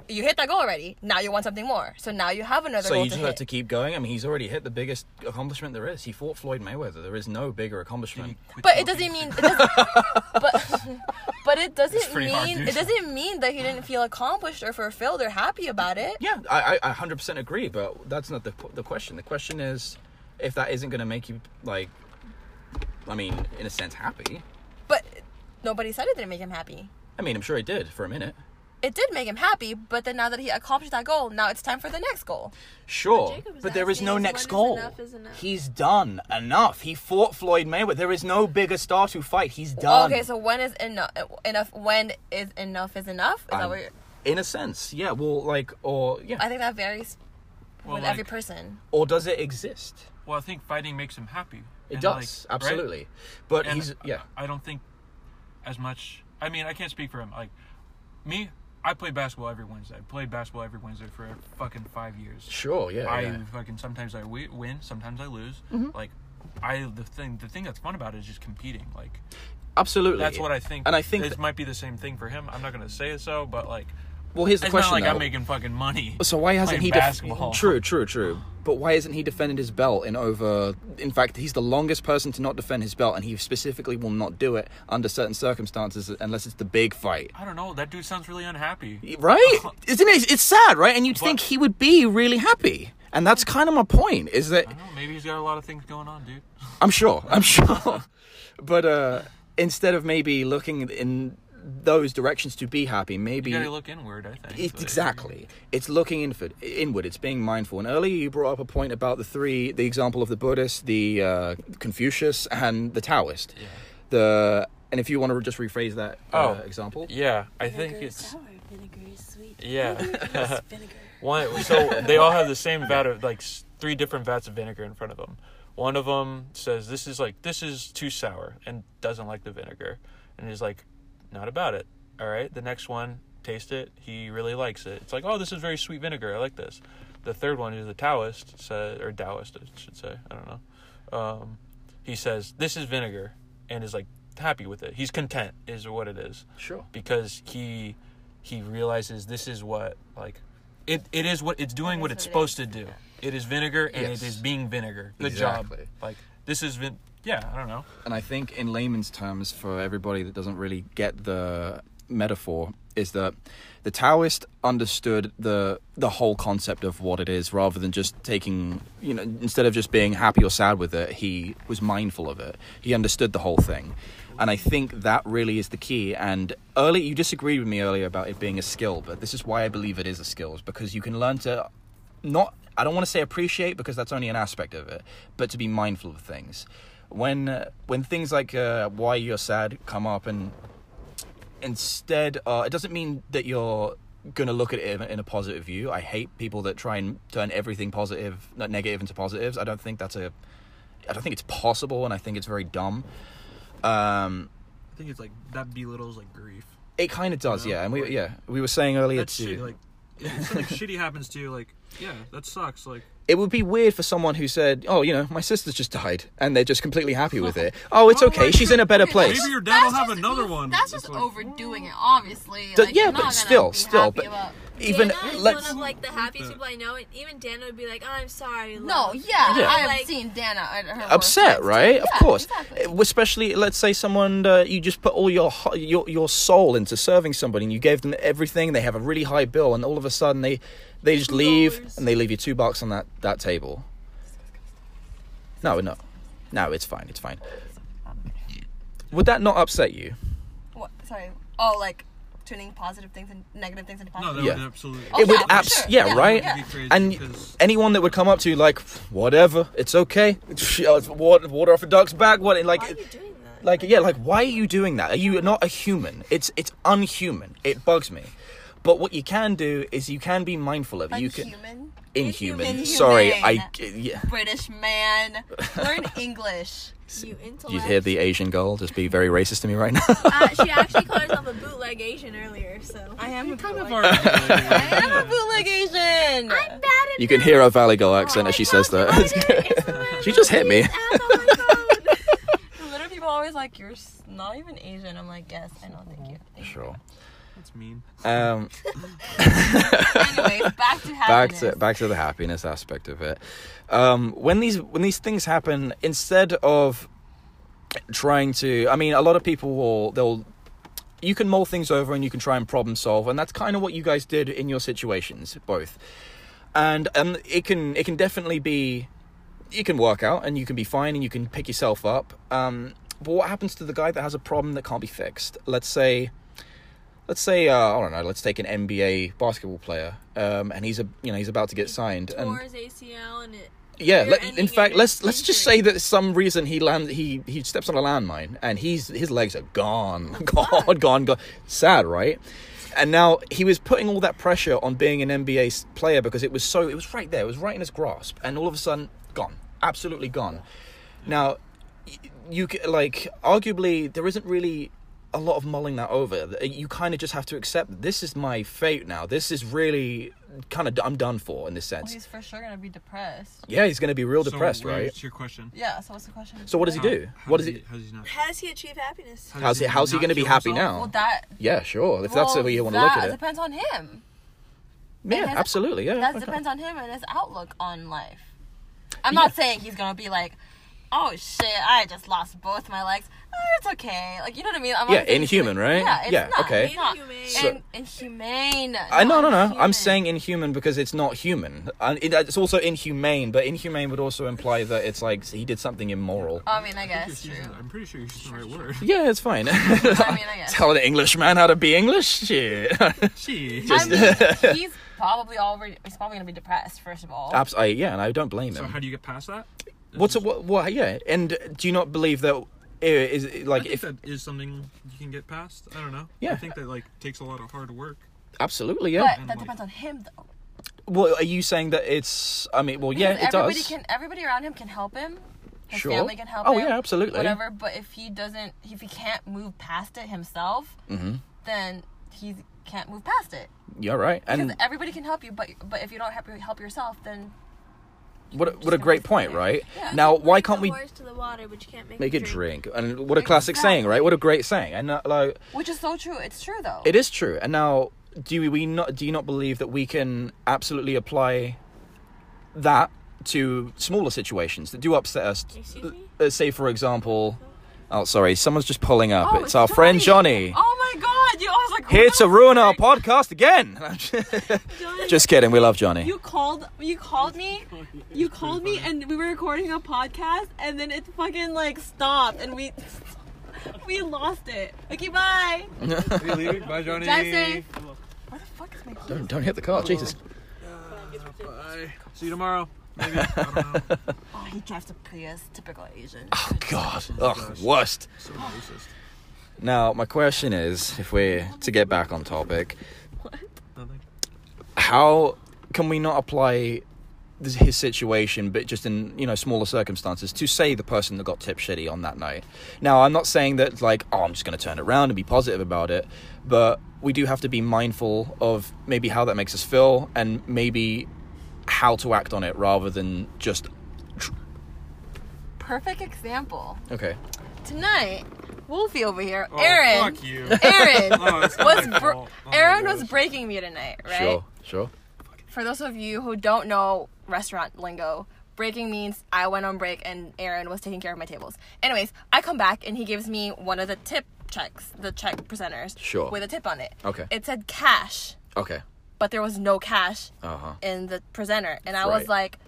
Speaker 3: you hit that goal already. Now you want something more, so now you have another
Speaker 4: So
Speaker 3: goal
Speaker 4: you just
Speaker 3: to
Speaker 4: have
Speaker 3: hit.
Speaker 4: to keep going. I mean, he's already hit the biggest accomplishment there is. He fought Floyd Mayweather. There is no bigger accomplishment.
Speaker 3: But it doesn't mean. It doesn't, but but it doesn't
Speaker 2: pretty hard,
Speaker 3: mean
Speaker 2: dude.
Speaker 3: it doesn't mean that he didn't feel accomplished or fulfilled or happy about it.
Speaker 4: Yeah, I, I, I 100% agree, but that's not the the question. The question is if that isn't going to make you like, I mean, in a sense, happy.
Speaker 3: But nobody said it didn't make him happy.
Speaker 4: I mean, I'm sure it did for a minute.
Speaker 3: It did make him happy, but then now that he accomplished that goal, now it's time for the next goal.
Speaker 4: Sure,
Speaker 5: Jacob was
Speaker 4: but there is
Speaker 5: asking
Speaker 4: no
Speaker 5: is
Speaker 4: next
Speaker 5: when is
Speaker 4: goal.
Speaker 5: enough is enough.
Speaker 4: He's done enough. He fought Floyd Mayweather. There is no bigger star to fight. He's done.
Speaker 3: Okay, so when is enough? Enough? When is enough is enough? Is that
Speaker 4: Um,
Speaker 3: what you're,
Speaker 4: in a sense, yeah. Well, like, or yeah,
Speaker 3: I think that varies
Speaker 2: Well,
Speaker 3: with
Speaker 2: like-
Speaker 3: every person.
Speaker 4: or does it exist?
Speaker 2: Well, I think fighting makes him happy.
Speaker 4: It
Speaker 2: And,
Speaker 4: does,
Speaker 2: like, right?
Speaker 4: absolutely. But
Speaker 2: And
Speaker 4: he's yeah,
Speaker 2: I I don't think as much. I mean, I can't speak for him. Like me, I play basketball every Wednesday. I played basketball every Wednesday for fucking five years.
Speaker 4: sure, yeah,
Speaker 2: I
Speaker 4: yeah.
Speaker 2: fucking sometimes I wi- win, sometimes I lose. Like I the thing the thing that's fun about it is just competing. Like
Speaker 4: absolutely.
Speaker 2: that's what I think.
Speaker 4: And I think,
Speaker 2: this
Speaker 4: that-
Speaker 2: might be the same thing for him. I'm not gonna say it so, but like
Speaker 4: well, here's the
Speaker 2: it's
Speaker 4: question
Speaker 2: not like
Speaker 4: though.
Speaker 2: I'm making fucking money.
Speaker 4: so why hasn't
Speaker 2: playing
Speaker 4: he def-
Speaker 2: basketball?
Speaker 4: True, true, true. But why isn't he defended his belt in over? In fact, he's the longest person to not defend his belt, and he specifically will not do it under certain circumstances unless it's the big fight.
Speaker 2: I don't know. That dude sounds really unhappy.
Speaker 4: right isn't it it's sad right and you'd
Speaker 2: But-
Speaker 4: think he would be really happy and that's kind of my point is that
Speaker 2: I don't know. Maybe he's got a lot of things going on, dude.
Speaker 4: i'm sure i'm sure but uh instead of maybe looking in those directions to be happy maybe
Speaker 2: You gotta look inward. I think.
Speaker 4: It,
Speaker 2: but-
Speaker 4: exactly. It's looking inward. Inward. It's being mindful. And earlier you brought up a point about the three, the example of the Buddhist, the uh, Confucius, and the Taoist. The and if you want to just rephrase that uh,
Speaker 2: Oh.
Speaker 4: example,
Speaker 2: Yeah, I
Speaker 5: Vinegar
Speaker 2: think
Speaker 5: is
Speaker 2: it's
Speaker 5: sour, vinegar is sweet.
Speaker 2: Yeah.
Speaker 5: Vinegar is vinegar.
Speaker 2: one. So they all have the same vat of like s- three different vats of vinegar in front of them. One of them says this is like this is too sour and doesn't like the vinegar, and is like, not about it. All right. The next one, taste it. He really likes it. It's like oh this is very sweet vinegar. I like this. The third one is the Taoist says or Taoist I should say. I don't know. Um, he says this is vinegar and is like happy with it. He's content is what it is
Speaker 4: sure.
Speaker 2: because he he realizes this is what like it, it is what it's doing what
Speaker 3: is
Speaker 2: it's
Speaker 3: what it
Speaker 2: supposed to do. It is vinegar and
Speaker 4: Yes.
Speaker 2: it is being vinegar. Good job.
Speaker 4: Exactly.
Speaker 2: Like this is vin yeah, I don't know.
Speaker 4: and I think in layman's terms for everybody that doesn't really get the metaphor is that the Taoist understood the the whole concept of what it is rather than just taking you know instead of just being happy or sad with it he was mindful of it he understood the whole thing and I think that really is the key and early you disagreed with me earlier about it being a skill but this is why I believe it is a skill is because you can learn to not I don't want to say appreciate because that's only an aspect of it, but to be mindful of things. When uh, when things like uh, why you're sad come up, and instead uh, it doesn't mean that you're gonna look at it in- in a positive view. I hate people that try and turn everything positive, not negative, into positives. I don't think that's a, I don't think it's possible, and I think it's very dumb. Um,
Speaker 2: I think it's like that belittles like grief.
Speaker 4: it kind of does,
Speaker 2: No,
Speaker 4: yeah. And we
Speaker 2: like-
Speaker 4: yeah we were saying earlier
Speaker 2: That's
Speaker 4: too.
Speaker 2: shitty. Like, it's like shitty happens to you. Like, yeah, that sucks. Like,
Speaker 4: it would be weird for someone who said, "Oh, you know, my sister's just died," and they're just completely happy with it. Oh, it's
Speaker 2: Oh
Speaker 4: okay.
Speaker 2: my
Speaker 4: She's in a better
Speaker 3: goodness. Maybe
Speaker 4: place.
Speaker 2: maybe your dad
Speaker 3: That's
Speaker 2: will have
Speaker 3: just-
Speaker 2: another
Speaker 3: well,
Speaker 2: one.
Speaker 3: That's
Speaker 2: It's
Speaker 3: just
Speaker 2: like-
Speaker 3: overdoing it, obviously.
Speaker 4: Do-
Speaker 3: Like,
Speaker 4: yeah,
Speaker 3: you're
Speaker 4: but
Speaker 3: not gonna
Speaker 4: still-
Speaker 3: be
Speaker 4: still,
Speaker 3: happy
Speaker 4: but
Speaker 3: about-
Speaker 4: Even
Speaker 5: Dana is
Speaker 4: let's Mm.
Speaker 5: one of like the happiest
Speaker 2: that.
Speaker 5: people I know, and even Dana would be like, oh, "I'm sorry."
Speaker 3: No,
Speaker 5: love."
Speaker 3: yeah,
Speaker 5: Like,
Speaker 3: I have
Speaker 5: like,
Speaker 3: seen Dana. at her worst
Speaker 4: upset,
Speaker 3: times, too.
Speaker 4: right? of
Speaker 3: Yeah,
Speaker 4: course.
Speaker 3: exactly.
Speaker 4: Uh, Especially, let's say someone uh, you just put all your ho- your your soul into serving somebody, and you gave them everything. They have a really high bill, and all of a sudden they they just leave,
Speaker 5: dollars.
Speaker 4: and they leave you two bucks on that that table. No, no, no, it's fine, it's fine. Would that not upset you?
Speaker 3: What, sorry. Oh, like turning positive things and negative things into
Speaker 2: No,
Speaker 3: positive.
Speaker 2: that
Speaker 4: Yeah.
Speaker 2: would absolutely.
Speaker 3: Oh,
Speaker 4: it would
Speaker 3: yeah, for
Speaker 4: abs
Speaker 3: sure.
Speaker 4: yeah,
Speaker 3: Yeah,
Speaker 4: right
Speaker 3: yeah. It'd
Speaker 2: be crazy
Speaker 4: and
Speaker 2: 'cause-
Speaker 4: anyone that would come up to you like whatever it's okay water, water off a duck's back what like
Speaker 5: Why are you doing that?
Speaker 4: like yeah like why are you doing that are you not a human it's it's unhuman it bugs me but what you can do is you can be mindful of it. you can
Speaker 3: Inhuman.
Speaker 4: inhuman
Speaker 3: Inhuman.
Speaker 4: sorry i
Speaker 3: Inhumane.
Speaker 4: yeah
Speaker 3: British man. Learn English.
Speaker 5: you intellect.
Speaker 4: you hear the asian girl just be very racist to me right now
Speaker 5: uh, she actually called herself a bootleg Asian earlier, so.
Speaker 3: I am a
Speaker 2: Kind of
Speaker 3: bootleg- I am a
Speaker 2: our.
Speaker 3: bootleg Asian.
Speaker 5: I'm bad at
Speaker 4: you can hear her valley girl accent as she says that she just hit me
Speaker 3: Literally, people are always like, "You're s- not even Asian." I'm like, "Yes, I know. Thank you." Thank you."
Speaker 4: sure
Speaker 2: That's mean.
Speaker 4: um
Speaker 3: Anyways, back to
Speaker 4: back
Speaker 3: happiness.
Speaker 4: to back to the happiness aspect of it. Um, when these when these things happen, instead of trying to, I mean, a lot of people will they'll you can mull things over and you can try and problem solve, and that's kind of what you guys did in your situations both. And um, it can it can definitely be you can work out and you can be fine and you can pick yourself up. Um, but what happens to the guy that has a problem that can't be fixed? Let's say let's say uh, I don't know. Let's take an NBA basketball player, um, and he's a you know he's about to get signed, and
Speaker 5: Tore his ACL and it.
Speaker 4: yeah.
Speaker 5: career
Speaker 4: Let, in
Speaker 5: ending
Speaker 4: fact,
Speaker 5: in
Speaker 4: let's let's just say
Speaker 5: injury.
Speaker 4: that some reason he land he he steps on a landmine, and he's his legs are gone, gone, gone, gone. Sad, right? And now he was putting all that pressure on being an NBA s- player because it was so it was right there, it was right in his grasp, and all of a sudden gone, absolutely gone. Now you c- like arguably there isn't really a lot of mulling that over uh, you kind of just have to accept that this is my fate now this is really kind of i'm done for in this
Speaker 3: Well,
Speaker 4: sense
Speaker 3: he's for sure gonna be depressed.
Speaker 4: yeah he's gonna be real
Speaker 2: So,
Speaker 4: depressed
Speaker 2: wait,
Speaker 4: right
Speaker 2: It's your question.
Speaker 3: Yeah. So what's the question?
Speaker 4: so what does he
Speaker 2: How-
Speaker 4: do
Speaker 2: how
Speaker 4: what
Speaker 2: does
Speaker 4: is it
Speaker 2: How's he not?
Speaker 5: Has he achieved happiness?
Speaker 2: how
Speaker 4: how's
Speaker 2: does
Speaker 4: he how's he
Speaker 2: not
Speaker 4: gonna be
Speaker 2: kill
Speaker 4: happy
Speaker 2: himself?
Speaker 4: now
Speaker 3: Well, that.
Speaker 4: yeah sure if that's the
Speaker 3: well,
Speaker 4: way you want to
Speaker 3: that
Speaker 4: look at it
Speaker 3: depends on him.
Speaker 4: yeah
Speaker 3: his-
Speaker 4: absolutely yeah
Speaker 3: That
Speaker 4: okay.
Speaker 3: depends on him and his outlook on life. I'm not saying he's gonna be like, oh shit, I just lost both my legs. Oh, it's okay. Like you know what I mean? I'm
Speaker 4: Yeah,
Speaker 3: not saying he's
Speaker 4: inhuman,
Speaker 3: like-
Speaker 4: right?
Speaker 3: Yeah, it's
Speaker 4: Yeah,
Speaker 3: not,
Speaker 4: okay.
Speaker 3: It's not.
Speaker 5: Inhumane.
Speaker 4: So-
Speaker 3: In, inhumane.
Speaker 4: I no no
Speaker 3: not
Speaker 4: no. I'm
Speaker 3: inhuman.
Speaker 4: saying inhuman because it's not human. And it- It's also inhumane, but inhumane would also imply that it's like he did something immoral.
Speaker 3: I mean, I
Speaker 2: I think
Speaker 3: guess
Speaker 2: you're
Speaker 3: true.
Speaker 2: using- I'm pretty sure you're using the right word.
Speaker 4: Yeah, it's fine.
Speaker 3: I mean, I guess.
Speaker 4: Tell an Englishman how to be English? Shit.
Speaker 2: She.
Speaker 3: I mean, he's probably already. He's probably gonna be depressed. First of all,
Speaker 4: Abs- I, yeah, and I don't blame
Speaker 2: So
Speaker 4: him.
Speaker 2: how do you get past that?
Speaker 4: What's a, what, what? Yeah, and do you not believe that? eh, Is it
Speaker 2: I
Speaker 4: like
Speaker 2: think
Speaker 4: if
Speaker 2: that is something you can get past. I don't know.
Speaker 4: Yeah.
Speaker 2: I think that like takes a lot of hard work.
Speaker 4: absolutely? Yeah.
Speaker 3: but that depends on him though.
Speaker 4: well, are you saying that it's? I mean, well, yeah,
Speaker 3: Because
Speaker 4: it
Speaker 3: everybody
Speaker 4: does.
Speaker 3: Can, everybody around him can help him. His
Speaker 4: Sure.
Speaker 3: family can help
Speaker 4: Oh,
Speaker 3: him.
Speaker 4: yeah, absolutely.
Speaker 3: Whatever, but if he doesn't, if he can't move past it himself,
Speaker 4: Mm-hmm.
Speaker 3: then he can't move past it.
Speaker 4: Yeah, right.
Speaker 3: Because
Speaker 4: And
Speaker 3: everybody can help you, but but if you don't help, help yourself, then
Speaker 4: what? a- What a great point, right?
Speaker 3: Yeah.
Speaker 4: Now, why can't
Speaker 5: the
Speaker 4: we
Speaker 5: horse to the water, but you can't make,
Speaker 4: make
Speaker 5: it
Speaker 4: it drink? And what a classic
Speaker 3: Exactly.
Speaker 4: saying, right? What a great saying. And uh, like,
Speaker 3: which is so true. It's true though.
Speaker 4: it is true. And now, do we not? Do you not believe that we can absolutely apply that to smaller situations that do upset us?
Speaker 5: Excuse me?
Speaker 4: Uh, say, for example. Oh, sorry. Someone's just pulling up.
Speaker 3: Oh,
Speaker 4: it's, our friend Johnny.
Speaker 3: Oh my god! You, I was like,
Speaker 4: Here
Speaker 3: what
Speaker 4: to
Speaker 3: the
Speaker 4: ruin our
Speaker 3: frick?
Speaker 4: podcast again. Just kidding. We love Johnny.
Speaker 5: You called. You called me. You called me, and we were recording a podcast, and then it fucking like stopped, and we we lost it. Okay, bye.
Speaker 2: Bye, Johnny.
Speaker 3: Drive safe. Where the fuck is my key?
Speaker 4: Don't, don't hit the car. Jesus.
Speaker 2: Bye. See you tomorrow. Maybe. I don't know.
Speaker 3: Oh, he drives a Prius, typical Asian.
Speaker 4: Oh, God. Ugh, worst.
Speaker 2: So racist.
Speaker 4: Now, my question is if we're to get back on topic,
Speaker 2: Nothing.
Speaker 4: how can we not apply this, his situation, but just in you know smaller circumstances, to say the person that got tip shitty on that night? Now, I'm not saying that like oh, I'm just going to turn it around and be positive about it, but we do have to be mindful of maybe how that makes us feel and maybe how to act on it rather than just
Speaker 3: Perfect example.
Speaker 4: okay.
Speaker 3: Tonight, Wolfie over here,
Speaker 2: Oh,
Speaker 3: Aaron.
Speaker 2: fuck you.
Speaker 3: Aaron
Speaker 2: Oh, it's not
Speaker 3: was
Speaker 2: my
Speaker 3: br-
Speaker 2: fault. Oh my
Speaker 3: Aaron was
Speaker 2: gosh.
Speaker 3: breaking me tonight, right?
Speaker 4: Sure, sure.
Speaker 3: For those of you who don't know restaurant lingo, breaking means I went on break and Aaron was taking care of my tables. Anyways, I come back and he gives me one of the tip checks, the check presenters,
Speaker 4: Sure.
Speaker 3: with a tip on it.
Speaker 4: Okay.
Speaker 3: It said cash,
Speaker 4: Okay.
Speaker 3: but there was no cash
Speaker 4: Uh huh.
Speaker 3: in the presenter, and I was
Speaker 4: Right.
Speaker 3: like,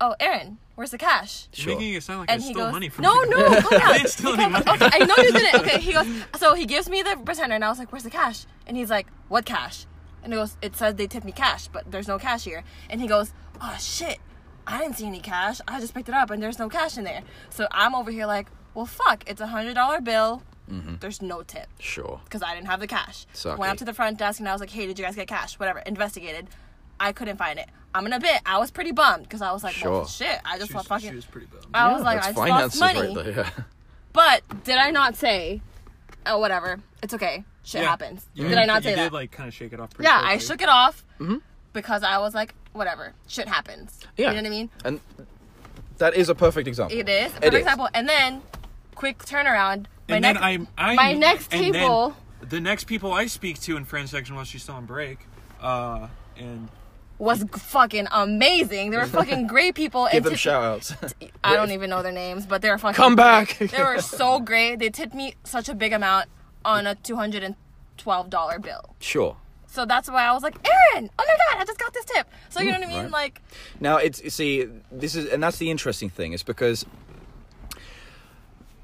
Speaker 3: "Oh, Aaron, where's the cash?"
Speaker 4: Sure.
Speaker 2: Making it sound like
Speaker 3: and
Speaker 2: I
Speaker 3: he
Speaker 2: stole
Speaker 3: goes,
Speaker 2: money from
Speaker 3: "No,
Speaker 2: you.
Speaker 3: no, come
Speaker 2: I
Speaker 3: on."
Speaker 2: didn't steal any money.
Speaker 3: okay, I know you did it. Okay, he goes, so he gives me the pretender, and I was like, "Where's the cash?" And he's like, "What cash?" And he goes, "It says they tipped me cash, but there's no cash here." And he goes, "Oh shit, I didn't see any cash. I just picked it up, and there's no cash in there." So I'm over here like, "Well, fuck, it's a hundred dollar bill. There's no tip."
Speaker 4: Sure.
Speaker 3: because I didn't have the cash.
Speaker 4: Sucky.
Speaker 3: Went up to the front desk and I was like, "Hey, did you guys get cash?" Whatever. Investigated. I couldn't find it. I'm gonna bit. I was pretty bummed because I was like,
Speaker 4: Sure.
Speaker 3: well, shit. I just
Speaker 2: She
Speaker 3: lost
Speaker 2: was,
Speaker 3: fucking.
Speaker 2: she was pretty bad.
Speaker 3: I was like,
Speaker 4: That's
Speaker 3: I just lost
Speaker 4: finances
Speaker 3: money.
Speaker 4: right there. Yeah.
Speaker 3: but did I not say? Oh, whatever. It's okay. Shit
Speaker 2: Yeah.
Speaker 3: happens.
Speaker 2: You
Speaker 3: did I not
Speaker 2: you
Speaker 3: say
Speaker 2: did,
Speaker 3: that?
Speaker 2: like kind of shake it off. pretty
Speaker 3: yeah, I
Speaker 2: quickly.
Speaker 3: shook it off because I was like, whatever. Shit happens.
Speaker 4: Mm-hmm. Yeah.
Speaker 3: You know what I mean?
Speaker 4: And that is a perfect example.
Speaker 3: It is. For example, and then quick turnaround. My
Speaker 2: and
Speaker 3: next,
Speaker 2: then I, I,
Speaker 3: my next
Speaker 2: and then
Speaker 3: table.
Speaker 2: the next people I speak to in Fran's section while she's still on break, uh, and
Speaker 3: was g- fucking amazing. They were fucking great people.
Speaker 4: Give
Speaker 3: and
Speaker 4: them
Speaker 3: tipped-
Speaker 4: shout outs.
Speaker 3: I don't even know their names, but they're fucking.
Speaker 4: Come back.
Speaker 3: They were so great. They tipped me such a big amount on a two hundred and twelve dollar bill.
Speaker 4: sure.
Speaker 3: So that's why I was like, Aaron, oh my god, I just got this tip. So you know what I mean?
Speaker 4: right.
Speaker 3: Like,
Speaker 4: Now it's you see this is and that's the interesting thing is because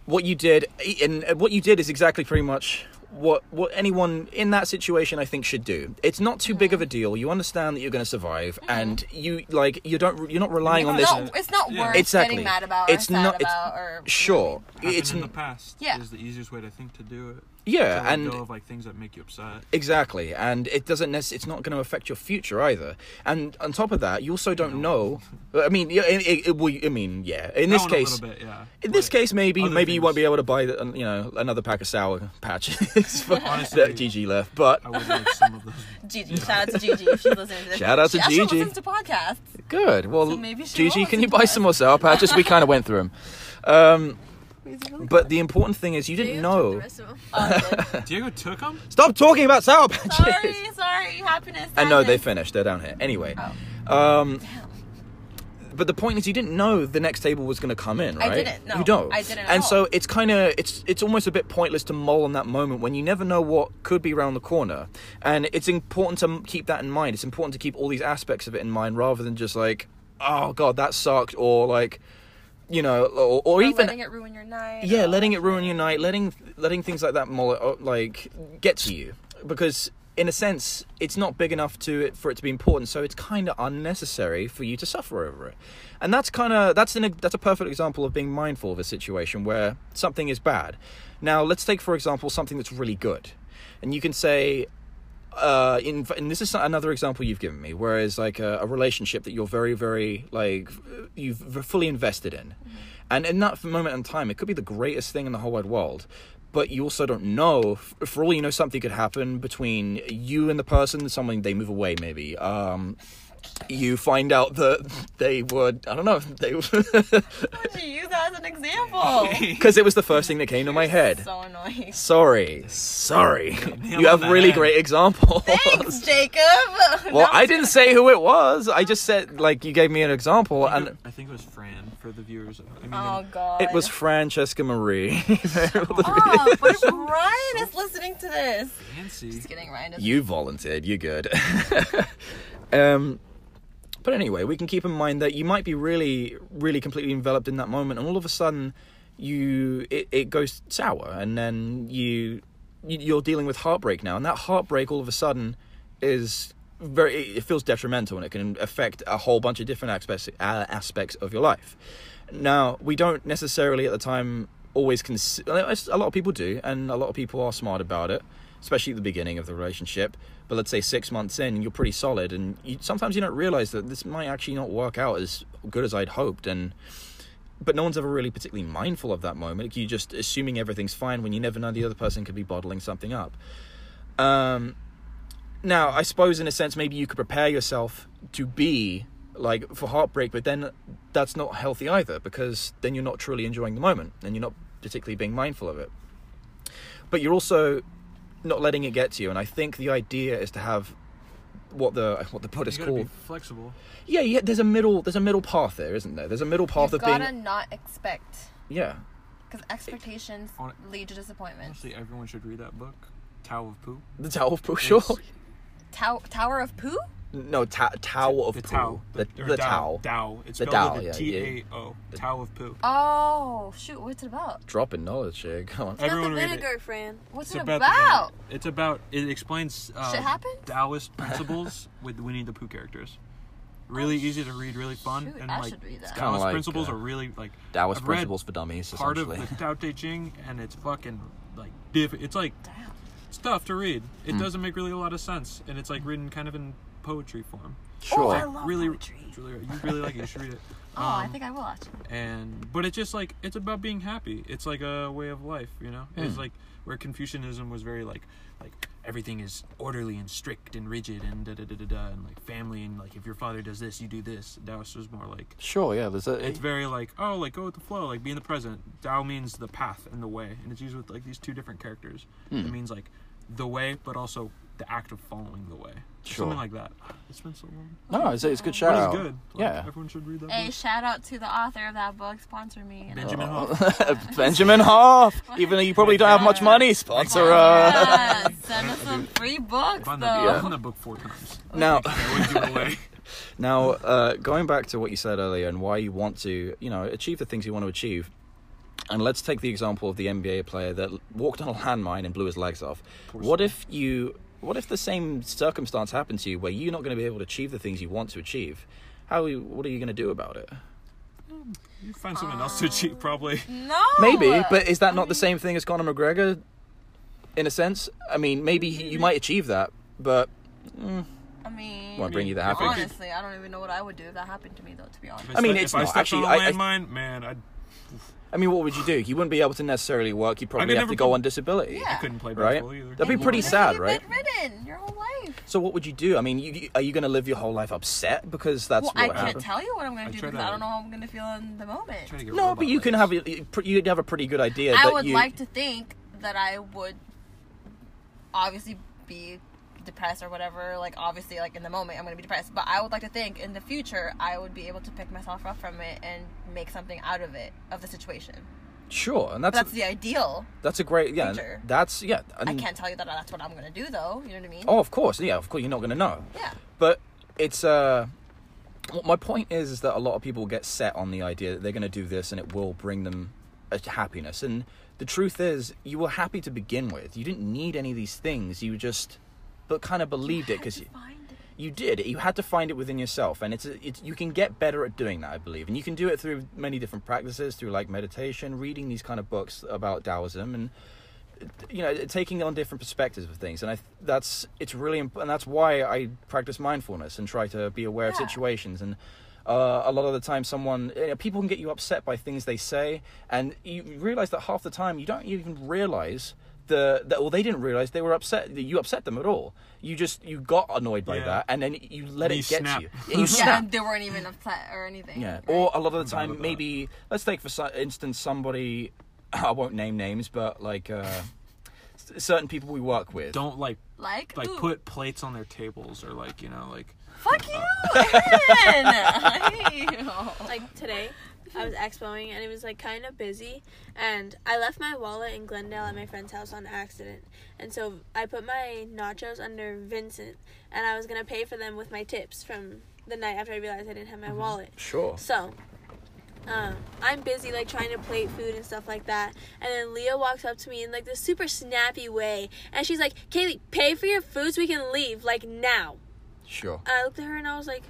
Speaker 4: what you did and what you did is exactly pretty much what what anyone in that situation I think should do. It's not too big of
Speaker 3: Mm.
Speaker 4: a deal. You understand that you're going to survive and you like you don't you're not relying on
Speaker 3: it's
Speaker 4: this
Speaker 3: Mm-hmm. not, it's not
Speaker 2: Yeah.
Speaker 3: worth
Speaker 4: exactly.
Speaker 3: getting mad about. Or
Speaker 4: it's
Speaker 3: sad
Speaker 4: not it's-
Speaker 3: about or
Speaker 4: sure.
Speaker 2: happened
Speaker 4: It's
Speaker 2: in the
Speaker 4: n-
Speaker 2: past.
Speaker 3: Yeah.
Speaker 2: is the easiest way to think to do it.
Speaker 4: Yeah,
Speaker 2: to let
Speaker 4: and-
Speaker 2: go of like things that make you upset.
Speaker 4: Exactly, and it doesn't. Nec- it's not going to affect your future either. And on top of that, you also don't know. I mean, yeah, it, it, it, well, I mean, yeah. In this
Speaker 2: That one a
Speaker 4: case,
Speaker 2: little bit, yeah.
Speaker 4: in this
Speaker 2: But
Speaker 4: case, maybe
Speaker 2: other
Speaker 4: maybe you won't
Speaker 2: things-
Speaker 4: be able to buy the, you know another pack of sour patches for
Speaker 2: Honestly. Oh.
Speaker 4: that GG left. But
Speaker 2: I would like some of those.
Speaker 3: Gigi, shout out to Gigi if she's listening to this.
Speaker 4: Shout out to
Speaker 3: she actually
Speaker 4: Gigi.
Speaker 3: listens to podcasts.
Speaker 4: good. Well,
Speaker 3: So maybe she
Speaker 4: GG,
Speaker 3: won't
Speaker 4: can you
Speaker 3: do
Speaker 4: buy
Speaker 3: that.
Speaker 4: some more sour patches? We kind of went through them. Um, but the important thing is you
Speaker 5: Maybe
Speaker 4: didn't
Speaker 5: I'll take the
Speaker 4: know.
Speaker 5: rest of 'em.
Speaker 3: Awesome.
Speaker 2: Diego took them.
Speaker 4: Stop talking about sour patches.
Speaker 3: sorry, sorry, happiness.
Speaker 4: And Uh, no, they
Speaker 3: sadness.
Speaker 4: finished. They're down here. Anyway.
Speaker 3: Oh.
Speaker 4: Um,
Speaker 3: Damn.
Speaker 4: but the point is, you didn't know the next table was going to come in,
Speaker 3: I
Speaker 4: right?
Speaker 3: didn't, no.
Speaker 4: you don't.
Speaker 3: I didn't at
Speaker 4: And
Speaker 3: all.
Speaker 4: so it's kind of it's it's almost a bit pointless to mull on that moment when you never know what could be around the corner. And it's important to m- keep that in mind. It's important to keep all these aspects of it in mind rather than just like, oh god, that sucked, or like, you know, or, or
Speaker 3: Or
Speaker 4: even
Speaker 3: letting it ruin your night.
Speaker 4: yeah,
Speaker 3: or-
Speaker 4: letting it ruin your night, letting letting things like that mull uh, like get to you because in a sense it's not big enough to it for it to be important, so it's kind of unnecessary for you to suffer over it. And that's kind of that's an that's a perfect example of being mindful of a situation where something is bad. Now let's take for example something that's really good, and you can say. Uh, in, and this is another example you've given me, whereas like a, a relationship that you're very, very like you've fully invested in,
Speaker 3: Mm-hmm.
Speaker 4: and in that moment in time, it could be the greatest thing in the whole wide world. But you also don't know. F- For all you know, something could happen between you and the person. Someone they move away, maybe. Um, you find out that they were. I don't know. They
Speaker 3: Why would you use that as an example?
Speaker 4: because it was the first thing that came to my head.
Speaker 3: so annoying.
Speaker 4: Sorry, sorry.
Speaker 2: Nail
Speaker 4: You
Speaker 2: on
Speaker 4: have
Speaker 2: the
Speaker 4: really
Speaker 2: head.
Speaker 4: great examples.
Speaker 3: Thanks, Jacob.
Speaker 4: Well, I didn't say who it was. I just said like you gave me an example,
Speaker 2: I think,
Speaker 4: and
Speaker 2: it, I think it was Fran for the viewers. Oh, I mean,
Speaker 3: Oh God.
Speaker 4: it was Francesca Marie.
Speaker 3: Oh, but if Ryan is listening to this.
Speaker 2: fancy.
Speaker 3: Just kidding, Ryan. Doesn't.
Speaker 4: You volunteered. You're good. um, but anyway, we can keep in mind that you might be really, really completely enveloped in that moment, and all of a sudden, you it, it goes sour, and then you you- you're dealing with heartbreak now, and that heartbreak all of a sudden is very it feels detrimental, and it can affect a whole bunch of different aspects uh, aspects of your life. Now, we don't necessarily at the time always consider. A lot of people do, and a lot of people are smart about it. especially at the beginning of the relationship. But let's say six months in, you're pretty solid, and you, sometimes you don't realize that this might actually not work out as good as I'd hoped. And but no one's ever really particularly mindful of that moment. You're just assuming everything's fine when you never know the other person could be bottling something up. Um, now, I suppose in a sense, maybe you could prepare yourself to be like for heartbreak, but then that's not healthy either because then you're not truly enjoying the moment and you're not particularly being mindful of it. But you're also not letting it get to you. And I think the idea is to have what the what the Buddhists
Speaker 2: gotta
Speaker 4: call
Speaker 2: be flexible.
Speaker 4: yeah yeah. There's a middle there's a middle path there, isn't there? There's a middle path
Speaker 3: You've
Speaker 4: of being
Speaker 3: gotta not expect
Speaker 4: yeah
Speaker 3: because expectations
Speaker 2: On-
Speaker 3: lead to disappointment.
Speaker 2: Honestly, everyone should read that book, Tao of Pooh.
Speaker 4: the Tao of Pooh. Sure.
Speaker 3: Tow- Tower of Poo?
Speaker 4: No, ta- Tao of
Speaker 2: the
Speaker 4: Pooh.
Speaker 2: Tao.
Speaker 4: The, the,
Speaker 2: or
Speaker 4: Tao.
Speaker 2: Tao. It's
Speaker 4: The
Speaker 2: spelled
Speaker 4: Tao,
Speaker 2: with a
Speaker 4: yeah,
Speaker 2: T
Speaker 4: yeah.
Speaker 2: A O. Tao of Pooh.
Speaker 3: Oh shoot! What's it about?
Speaker 4: Drop in knowledge here. Come on.
Speaker 5: Not
Speaker 2: Everyone
Speaker 5: the
Speaker 2: read it.
Speaker 5: vinegar, Fran.
Speaker 3: What's
Speaker 2: It's
Speaker 3: it
Speaker 2: about,
Speaker 3: about?
Speaker 2: the vinegar. It's about. It explains uh,
Speaker 3: Shit happens?
Speaker 2: Taoist principles with Winnie the Pooh characters. Really easy to read, really fun,
Speaker 3: Oh, shoot,
Speaker 2: and
Speaker 3: I
Speaker 2: like
Speaker 3: should read that. Kinda
Speaker 2: Taoist
Speaker 4: like,
Speaker 2: principles
Speaker 4: uh,
Speaker 2: are really like
Speaker 4: Taoist
Speaker 2: I've read
Speaker 4: principles for dummies.
Speaker 2: part of
Speaker 4: essentially.
Speaker 2: the Tao Te Ching, and it's fucking like diff- It's like stuff to read. It
Speaker 4: Hmm.
Speaker 2: doesn't make really a lot of sense, and it's like written kind of in poetry form.
Speaker 3: Oh,
Speaker 4: Sure.
Speaker 3: I love
Speaker 2: really,
Speaker 3: poetry.
Speaker 2: it's really, you really like it. You should read it.
Speaker 3: Oh, I
Speaker 2: Um,
Speaker 3: think I will actually.
Speaker 2: and but it's just like it's about being happy it's like a way of life you know
Speaker 4: Hmm.
Speaker 2: it's like where confucianism was very like like everything is orderly and strict and rigid and da da da da da and like family and like if your father does this you do this taoist was more like
Speaker 4: Sure. Yeah. There's a.
Speaker 2: it's very like oh like go with the flow like be in the present tao means the path and the way and it's used with like these two different characters
Speaker 4: Hmm.
Speaker 2: it means like the way but also the act of following the way
Speaker 4: Sure.
Speaker 2: something like that it's been so long
Speaker 4: no, it's, it's a good shout
Speaker 2: but it's
Speaker 4: out.
Speaker 2: good Like,
Speaker 4: yeah.
Speaker 2: everyone should read that
Speaker 3: Hey,
Speaker 2: book.
Speaker 3: shout out to the author of that book. Sponsor me. And
Speaker 2: benjamin hoff
Speaker 4: Benjamin Hoff. Even though you probably don't have much money, sponsor. Uh...
Speaker 3: Yes, send us some free books though.
Speaker 2: I've that,
Speaker 4: Yeah.
Speaker 2: I've that book four times.
Speaker 4: Now,
Speaker 2: I would give it away.
Speaker 4: now, uh, going back to what you said earlier and why you want to, you know, achieve the things you want to achieve. And let's take the example of the NBA player that walked on a landmine and blew his legs off. What if you? What if the same circumstance happened to you where you're not going to be able to achieve the things you want to achieve? How? are you- What are you going to do about it?
Speaker 2: You find something else to cheat, probably.
Speaker 3: no.
Speaker 4: Maybe,
Speaker 2: uh,
Speaker 4: but is that not the same thing as Conor McGregor? In a sense, I mean, maybe he- you might achieve that, but
Speaker 3: I mean,
Speaker 4: won't bring you the
Speaker 2: I mean,
Speaker 4: happiness.
Speaker 3: honestly, I don't even know what I would do if that happened to me though. To be honest.
Speaker 2: If
Speaker 4: I mean,
Speaker 2: stu-
Speaker 4: it's
Speaker 2: if I
Speaker 4: not.
Speaker 2: stepped
Speaker 4: Actually,
Speaker 2: on a
Speaker 4: I- I-
Speaker 2: landmine, man, I
Speaker 4: I mean, what would you do? You wouldn't be able to necessarily work. You'd probably
Speaker 2: could
Speaker 4: have to
Speaker 2: never
Speaker 4: go
Speaker 2: play-
Speaker 4: on disability.
Speaker 3: Yeah.
Speaker 2: couldn't play
Speaker 4: Right?
Speaker 2: baseball either.
Speaker 4: That'd be pretty
Speaker 3: You've
Speaker 4: sad,
Speaker 3: been
Speaker 4: right?
Speaker 3: Bedridden your whole life.
Speaker 4: So what would you do? I mean, you, you- are you going to live your whole life upset because that's
Speaker 3: Well, I
Speaker 4: what
Speaker 3: can't
Speaker 4: happened?
Speaker 3: tell you what I'm
Speaker 2: I
Speaker 3: gonna do
Speaker 2: tried
Speaker 3: because I
Speaker 2: to-
Speaker 3: don't know how I'm gonna feel in the moment.
Speaker 2: Trying to get
Speaker 4: No,
Speaker 2: robot
Speaker 4: but you can
Speaker 2: legs.
Speaker 4: have a, you- you'd have a pretty good idea.
Speaker 3: I
Speaker 4: that
Speaker 3: would
Speaker 4: you,
Speaker 3: like to think that I would obviously be depressed or whatever. Like obviously, like in the moment, I'm gonna be depressed. But I would like to think in the future I would be able to pick myself up from it and make something out of it of the situation.
Speaker 4: sure, and
Speaker 3: But
Speaker 4: that's
Speaker 3: that's
Speaker 4: that's,
Speaker 3: the ideal.
Speaker 4: a great yeah.
Speaker 3: future.
Speaker 4: That's yeah.
Speaker 3: I
Speaker 4: and-
Speaker 3: can't tell you that that's what I'm gonna do though. You know what I mean?
Speaker 4: Mm. Oh, of course, yeah, of course, you're not going to know.
Speaker 3: Yeah.
Speaker 4: But it's uh what my point is is that a lot of people get set on the idea that they're going to do this and it will bring them a happiness and the truth is you were happy to begin with. You didn't need any of these things. You just but kind of believed it cuz you
Speaker 3: Find it.
Speaker 4: you did. You had to find it within yourself, and it's, it's you can get better at doing that, I believe, and you can do it through many different practices, through like meditation, reading these kind of books about Taoism, and you know, taking on different perspectives of things. And I th- that's it's really imp- and that's why I practice mindfulness and try to be aware of
Speaker 3: Yeah.
Speaker 4: situations and. Uh, a lot of the time, someone you know, people can get you upset by things they say, and you realize that half the time you don't even realize the that well they didn't realize they were upset that you upset them at all. You just you got annoyed by
Speaker 2: Yeah.
Speaker 4: that, and then you let
Speaker 2: You
Speaker 4: it get
Speaker 2: snap.
Speaker 4: to you. Yeah, you
Speaker 3: Yeah,
Speaker 4: snap.
Speaker 3: and they weren't even upset or anything.
Speaker 4: Yeah.
Speaker 3: right?
Speaker 4: Or a lot of the
Speaker 2: down with
Speaker 4: time,
Speaker 2: that.
Speaker 4: maybe let's take for so- instance somebody. I won't name names, but like uh, s- certain people we work with.
Speaker 2: Don't like
Speaker 3: like,
Speaker 2: like
Speaker 3: ooh,
Speaker 2: put plates on their tables or like you know like
Speaker 3: fuck you, Erin! I hate you.
Speaker 5: Like today, I was expoing and it was like kind of busy, and I left my wallet in Glendale at my friend's house on accident, and so I put my nachos under Vincent, and I was gonna pay for them with my tips from the night after I realized I didn't have my
Speaker 2: Mm-hmm.
Speaker 5: wallet.
Speaker 4: Sure.
Speaker 5: So, um, I'm busy like trying to plate food and stuff like that. And then Leah walks up to me in like this super snappy way, and she's like, "Kaylee, pay for your food so we can leave like now."
Speaker 4: Sure.
Speaker 5: I looked at her and I was like,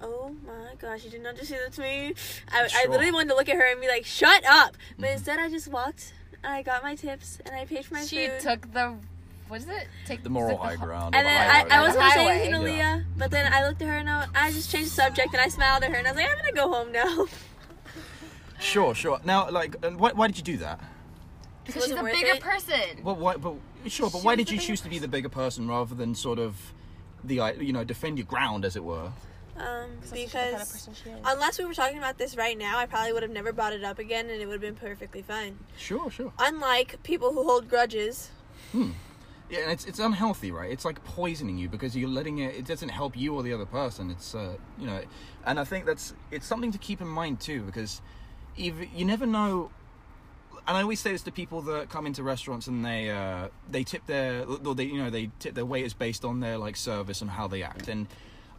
Speaker 5: "Oh my gosh, you did not just do that to me." I, I
Speaker 4: Sure.
Speaker 5: literally wanted to look at her and be like, "Shut up!" But instead, I just walked. and I got my tips and I paid for my
Speaker 3: She
Speaker 5: food.
Speaker 3: took the what is it? Take
Speaker 4: The moral
Speaker 3: it's like
Speaker 4: high
Speaker 3: ho-
Speaker 4: ground.
Speaker 5: And
Speaker 4: or the
Speaker 5: then
Speaker 4: high
Speaker 5: I,
Speaker 4: road.
Speaker 5: I was gonna say
Speaker 3: Highway.
Speaker 5: anything to Leah, but then I looked at her and I, I just changed the subject and I smiled at her and I was like, I'm gonna go home now.
Speaker 4: Sure, sure. Now, like, and why, why did you do that?
Speaker 3: Because she's
Speaker 5: Wasn't
Speaker 3: a
Speaker 5: worth
Speaker 3: bigger
Speaker 5: it.
Speaker 3: person.
Speaker 4: Well, why, but sure, but
Speaker 5: She
Speaker 4: why
Speaker 5: was
Speaker 4: did
Speaker 5: the
Speaker 4: you
Speaker 5: bigger
Speaker 4: choose to be the bigger person rather than sort of the uh, you know defend your ground, as it were?
Speaker 5: Um,
Speaker 3: That's just the kind of
Speaker 5: because
Speaker 3: person she is.
Speaker 5: unless we were talking about this right now, I probably would have never brought it up again and it would have been perfectly fine.
Speaker 4: Sure, sure.
Speaker 5: Unlike people who hold grudges.
Speaker 4: Yeah, and it's it's unhealthy, right? It's like poisoning you because you're letting it. It doesn't help you or the other person. It's uh, you know, and I think that's it's something to keep in mind too because, if you never know. And I always say this to people that come into restaurants and they uh, they tip their or they you know they tip their waiters based on their like service and how they act. And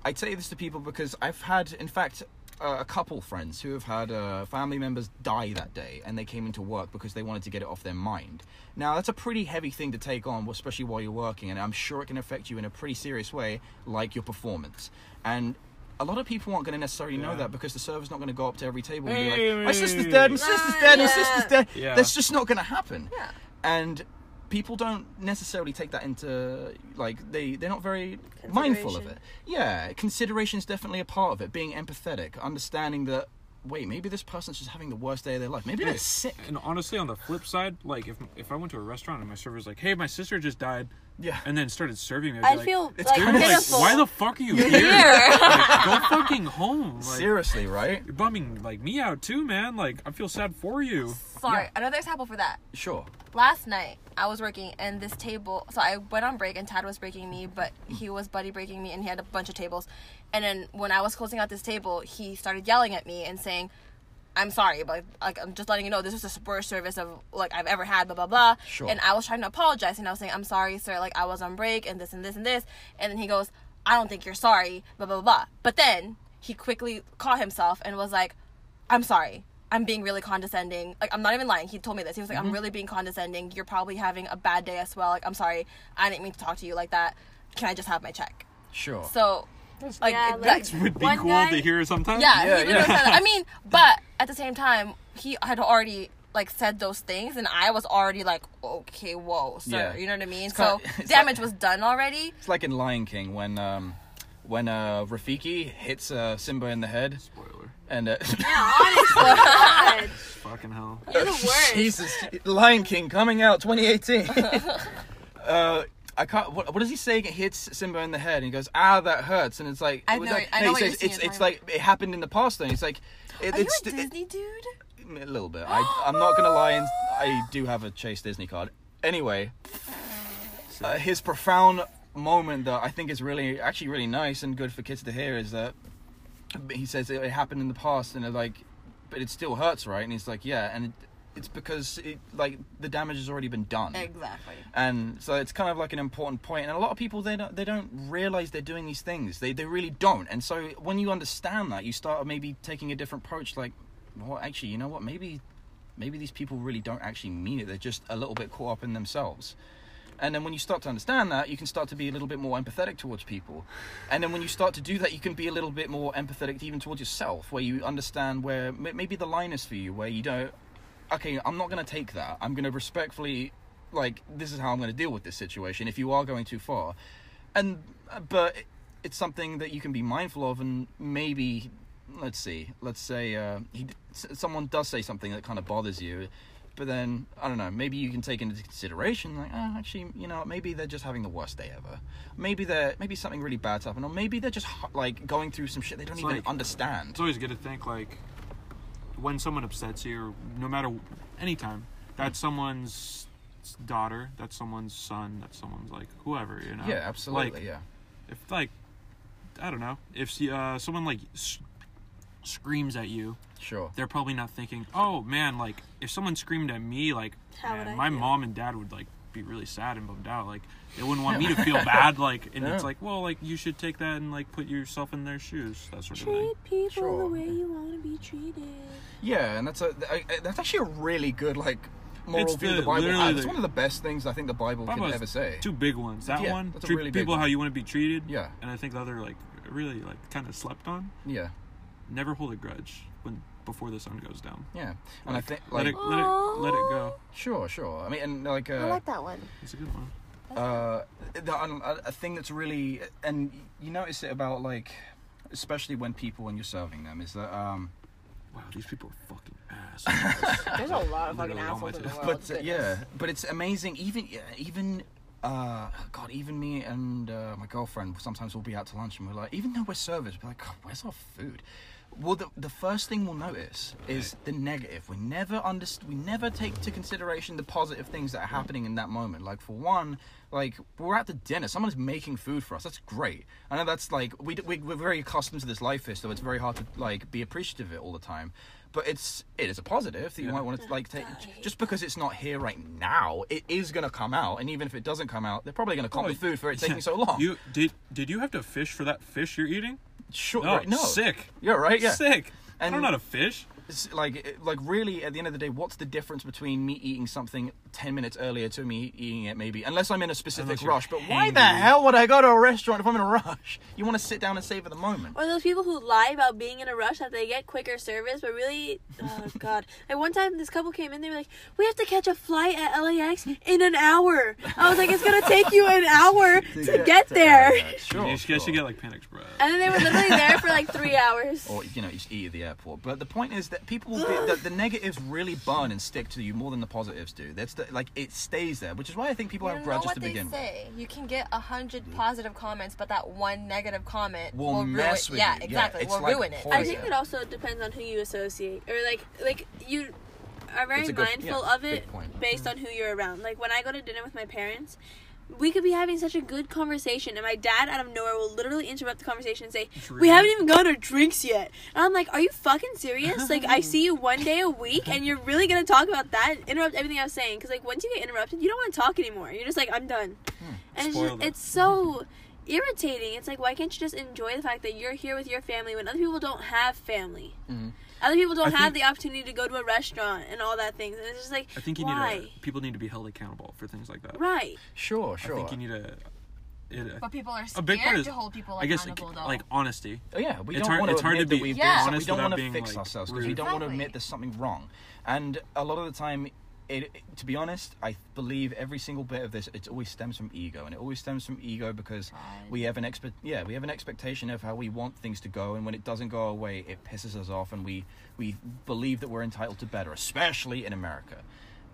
Speaker 4: I say this to people because I've had, in fact, uh, a couple friends who have had uh, family members die that day, and they came into work because they wanted to get it off their mind. Now, that's a pretty heavy thing to take on, especially while you're working, and I'm sure it can affect you in a pretty serious way, like your performance. And a lot of people aren't going to necessarily know
Speaker 2: Yeah.
Speaker 4: that because the server's not going to go up to every table and be
Speaker 2: Hey,
Speaker 4: like, "My sister's dead, my
Speaker 2: mate."
Speaker 4: sister's dead, my
Speaker 5: Yeah.
Speaker 4: sister's dead."
Speaker 2: Yeah.
Speaker 4: That's just not going to happen.
Speaker 5: Yeah.
Speaker 4: And people don't necessarily take that into like they they're not very mindful of it.
Speaker 5: Consideration.
Speaker 4: Yeah, consideration is definitely a part of it. Being empathetic, understanding that wait, maybe this person's just having the worst day of their life. Maybe they're sick.
Speaker 2: And honestly, on the flip side, like if if I went to a restaurant and my server's like, "Hey, my sister just died,"
Speaker 4: Yeah.
Speaker 2: and then started serving me, I'd,
Speaker 5: I
Speaker 2: be like,
Speaker 5: feel
Speaker 4: it's
Speaker 5: like
Speaker 4: kinda
Speaker 2: I'm like,
Speaker 5: pitiful.
Speaker 2: why the fuck are you here? Like, go fucking home. Like,
Speaker 4: Seriously, right?
Speaker 2: You're bumming like me out too, man. Like I feel sad for you.
Speaker 3: Sorry, another example for that.
Speaker 4: Sure.
Speaker 3: last night I was working and this table so I went on break and Tad was breaking me but he was buddy breaking me and he had a bunch of tables and then when I was closing out this table he started yelling at me and saying I'm sorry but like I'm just letting you know this was the worst service of like I've ever had blah blah blah
Speaker 4: Sure.
Speaker 3: and I was trying to apologize and I was saying I'm sorry sir like I was on break and this and this and this and then he goes I don't think you're sorry blah blah blah but then he quickly caught himself and was like I'm sorry. I'm being really condescending. Like I'm not even lying. He told me this. He was like, I'm really being condescending. You're probably having a bad day as well. Like I'm sorry. I didn't mean to talk to you like that. Can I just have my check?
Speaker 4: Sure.
Speaker 3: So, like,
Speaker 5: Yeah,
Speaker 3: it-
Speaker 5: like-
Speaker 3: that-
Speaker 2: Would be
Speaker 5: One
Speaker 2: cool
Speaker 5: guy-
Speaker 2: to hear sometimes.
Speaker 3: yeah,
Speaker 4: Yeah,
Speaker 3: he literally
Speaker 4: yeah.
Speaker 3: said that. I mean, but at the same time, he had already like said those things, and I was already like, okay, whoa, sir.
Speaker 4: Yeah.
Speaker 3: You know what I mean?
Speaker 4: kinda-
Speaker 3: So
Speaker 4: it's
Speaker 3: damage
Speaker 4: like-
Speaker 3: was done already.
Speaker 4: it's like in Lion King when um when uh Rafiki hits uh, Simba in the head
Speaker 2: Spoiler.
Speaker 4: and uh,
Speaker 5: God,
Speaker 2: Fucking hell.
Speaker 5: you're the worst.
Speaker 4: Jesus, Lion King coming out 2018. uh, I can't. What, what does he say? It hits Simba in the head, and he goes, "Ah, that hurts." And it's like,
Speaker 3: I
Speaker 4: what was
Speaker 3: know-
Speaker 4: that?
Speaker 3: I know
Speaker 4: he
Speaker 3: what
Speaker 4: says,
Speaker 3: you're
Speaker 4: it's
Speaker 3: saying,
Speaker 4: it's
Speaker 3: Simon.
Speaker 4: like it happened in the past, and it's like, it,
Speaker 3: Are
Speaker 4: it's
Speaker 3: you a
Speaker 4: it-
Speaker 3: Disney dude?
Speaker 4: a little bit. I, I'm not gonna lie, and I do have a Chase Disney card. Anyway, uh, his profound moment that I think is really, actually, really nice and good for kids to hear is that he says it, it happened in the past, and they're like, but it still hurts, right? And he's like, yeah, and it, it's because it, like the damage has already been done
Speaker 3: Exactly.
Speaker 4: and so it's kind of like an important point and a lot of people they don't they don't realize they're doing these things they they really don't and so when you understand that you start maybe taking a different approach like well actually you know what maybe maybe these people really don't actually mean it they're just a little bit caught up in themselves and then when you start to understand that you can start to be a little bit more empathetic towards people and then when you start to do that you can be a little bit more empathetic even towards yourself where you understand where may- maybe the line is for you where you don't okay i'm not going to take that i'm going to respectfully like this is how i'm going to deal with this situation if you are going too far and uh, but it's something that you can be mindful of and maybe let's see let's say uh, he, s- someone does say something that kind of bothers you but then i don't know maybe you can take into consideration like oh, actually you know maybe they're just having the worst day ever maybe they're maybe something really bad's happened or maybe they're just like going through some shit they don't
Speaker 2: It's
Speaker 4: even
Speaker 2: like-
Speaker 4: understand
Speaker 2: It's always good to think like when someone upsets you, or no matter anytime, that's someone's daughter, that's someone's son, that's someone's like whoever you know.
Speaker 4: yeah absolutely
Speaker 2: Like,
Speaker 4: yeah
Speaker 2: if like I don't know if she, uh, someone like s- screams at you,
Speaker 4: sure
Speaker 2: they're probably not thinking, oh man, like if someone screamed at me, like
Speaker 5: How would
Speaker 2: man, my
Speaker 5: I feel?
Speaker 2: mom and dad would like be really sad and bummed out, like they wouldn't want me to feel bad, like and it's
Speaker 4: Yeah.
Speaker 2: like well, like you should take that and like put yourself in their shoes, that sort of thing.
Speaker 5: Treat people
Speaker 4: Sure.
Speaker 5: the way you want to be treated.
Speaker 4: Yeah, and that's a I- I- that's actually a really good like moral
Speaker 2: It's
Speaker 4: view of
Speaker 2: the-
Speaker 4: the Bible.
Speaker 2: literally
Speaker 4: It's
Speaker 2: the-
Speaker 4: one of the best things I think the Bible
Speaker 2: Bible
Speaker 4: can
Speaker 2: has
Speaker 4: ever say.
Speaker 2: Two big ones. That
Speaker 4: Yeah,
Speaker 2: one,
Speaker 4: that's a
Speaker 2: treat
Speaker 4: really big
Speaker 2: people how
Speaker 4: one.
Speaker 2: you want to be treated.
Speaker 4: Yeah.
Speaker 2: and I think the other like really like kind of slept on.
Speaker 4: Yeah,
Speaker 2: Never hold a grudge when before the sun goes down.
Speaker 4: yeah, and I think
Speaker 2: let
Speaker 4: like
Speaker 2: it let it let it go.
Speaker 4: sure, sure. I mean, and like uh,
Speaker 3: that one.
Speaker 2: It's a good one.
Speaker 4: uh, the, um, a, a thing that's really and you notice it about like especially when people when you're serving them is that um
Speaker 6: Wow, these people are fucking assholes.
Speaker 3: There's a lot of fucking
Speaker 6: Literally all my
Speaker 3: assholes in the
Speaker 6: taste.
Speaker 3: world.
Speaker 4: but uh,
Speaker 3: goodness.
Speaker 4: yeah but it's amazing even yeah, even uh, God, even me and uh, my girlfriend sometimes we'll be out to lunch and we're like, even though we're servers, we're like, God, where's our food? Well, the, the first thing we'll notice is the negative. We never underst- We never take to consideration the positive things that are happening in that moment. Like for one, like we're at the dinner, someone's making food for us. That's great. I know that's like we, d- we we're very accustomed to this life is, so it's very hard to like be appreciative of it all the time. But it's it is a positive that you might want to like take just because it's not here right now. It is gonna come out, and even if it doesn't come out, they're probably gonna comp the food for it taking so long.
Speaker 6: You did? Did you have to fish for that fish you're eating?
Speaker 4: sure?
Speaker 6: No,
Speaker 4: Oh, right, no.
Speaker 6: oh, sick.
Speaker 4: Yeah, right. Yeah.
Speaker 6: Sick.
Speaker 4: And-
Speaker 6: I don't know how to fish.
Speaker 4: It's like it- like really at the end of the day what's the difference between me eating something 10 minutes earlier to me eating it maybe unless i'm in a specific
Speaker 6: you're
Speaker 4: rush but why the
Speaker 6: hangry.
Speaker 4: hell would i go to a restaurant if i'm in a rush you want to sit down and savor the moment
Speaker 5: Or those people who lie about being in a rush that they get quicker service, but really, oh god! Like one time, this couple came in, they were like, "We have to catch a flight at LAX in an hour." I was like, "It's gonna take you an hour to get there,"
Speaker 4: sure,
Speaker 6: you should,
Speaker 4: sure.
Speaker 6: get like Panic Express.
Speaker 3: Uh,
Speaker 5: and then they were literally there for like three hours.
Speaker 4: or you know you just eat at the airport but the point is that people will be, that the negatives really burn and stick to you more than the positives do that's the, like it stays there which is why i think people
Speaker 3: You
Speaker 4: have
Speaker 3: don't know
Speaker 4: grudges
Speaker 3: what
Speaker 4: to
Speaker 3: they
Speaker 4: begin with
Speaker 3: say. You can get a hundred positive comments, but that one negative comment
Speaker 4: Will
Speaker 3: ruin
Speaker 4: mess with
Speaker 3: Yeah,
Speaker 4: you. Yeah,
Speaker 3: exactly.
Speaker 4: it's
Speaker 3: will
Speaker 4: like
Speaker 3: ruin it.
Speaker 4: horror.
Speaker 5: I think it also depends on who you associate, or like like you are very
Speaker 4: That's a good-
Speaker 5: mindful
Speaker 4: yeah,
Speaker 5: of it
Speaker 4: big point. Hmm.
Speaker 5: based on who you're around. Like when I go to dinner with my parents, we could be having such a good conversation, and my dad out of nowhere will literally interrupt the conversation and say, "We haven't even gone to drinks yet." And I'm like, "Are you fucking serious? Like I see you one day a week, and you're really gonna talk about that? and Interrupt everything I was saying? Because like once you get interrupted, you don't want to talk anymore. You're just like, I'm done." And it's, just,
Speaker 6: Spoiled it.
Speaker 5: it's so irritating. It's like, why can't you just enjoy the fact that you're here with your family when other people don't have family? Other people don't
Speaker 6: I
Speaker 5: have the
Speaker 6: think-
Speaker 5: opportunity to go to a restaurant and all that things. And it's just like,
Speaker 6: I think you
Speaker 5: why?
Speaker 6: need to. People need to be held accountable for things like that.
Speaker 5: Right.
Speaker 4: sure sure
Speaker 6: I think you need to. It,
Speaker 3: But people are
Speaker 6: a big part
Speaker 3: scared
Speaker 6: is
Speaker 3: to hold people
Speaker 6: I guess
Speaker 3: accountable, though.
Speaker 6: like honesty.
Speaker 4: Oh, yeah, we
Speaker 6: It's
Speaker 4: don't
Speaker 6: hard-
Speaker 4: want to
Speaker 6: it's hard to
Speaker 4: admit
Speaker 6: be
Speaker 4: that we've
Speaker 3: Yeah.
Speaker 4: done
Speaker 6: honest
Speaker 4: something. We don't
Speaker 6: without
Speaker 4: want to
Speaker 6: being,
Speaker 4: fix
Speaker 6: like,
Speaker 4: ourselves because we
Speaker 6: rude.
Speaker 4: don't want to
Speaker 3: Exactly.
Speaker 4: admit there's something wrong. And a lot of the time, it, it- to be honest, I believe every single bit of this it always stems from ego, and it always stems from ego because we have an expect yeah we have an expectation of how we want things to go, and when it doesn't go our way, it pisses us off, and we we believe that we're entitled to better, especially in America.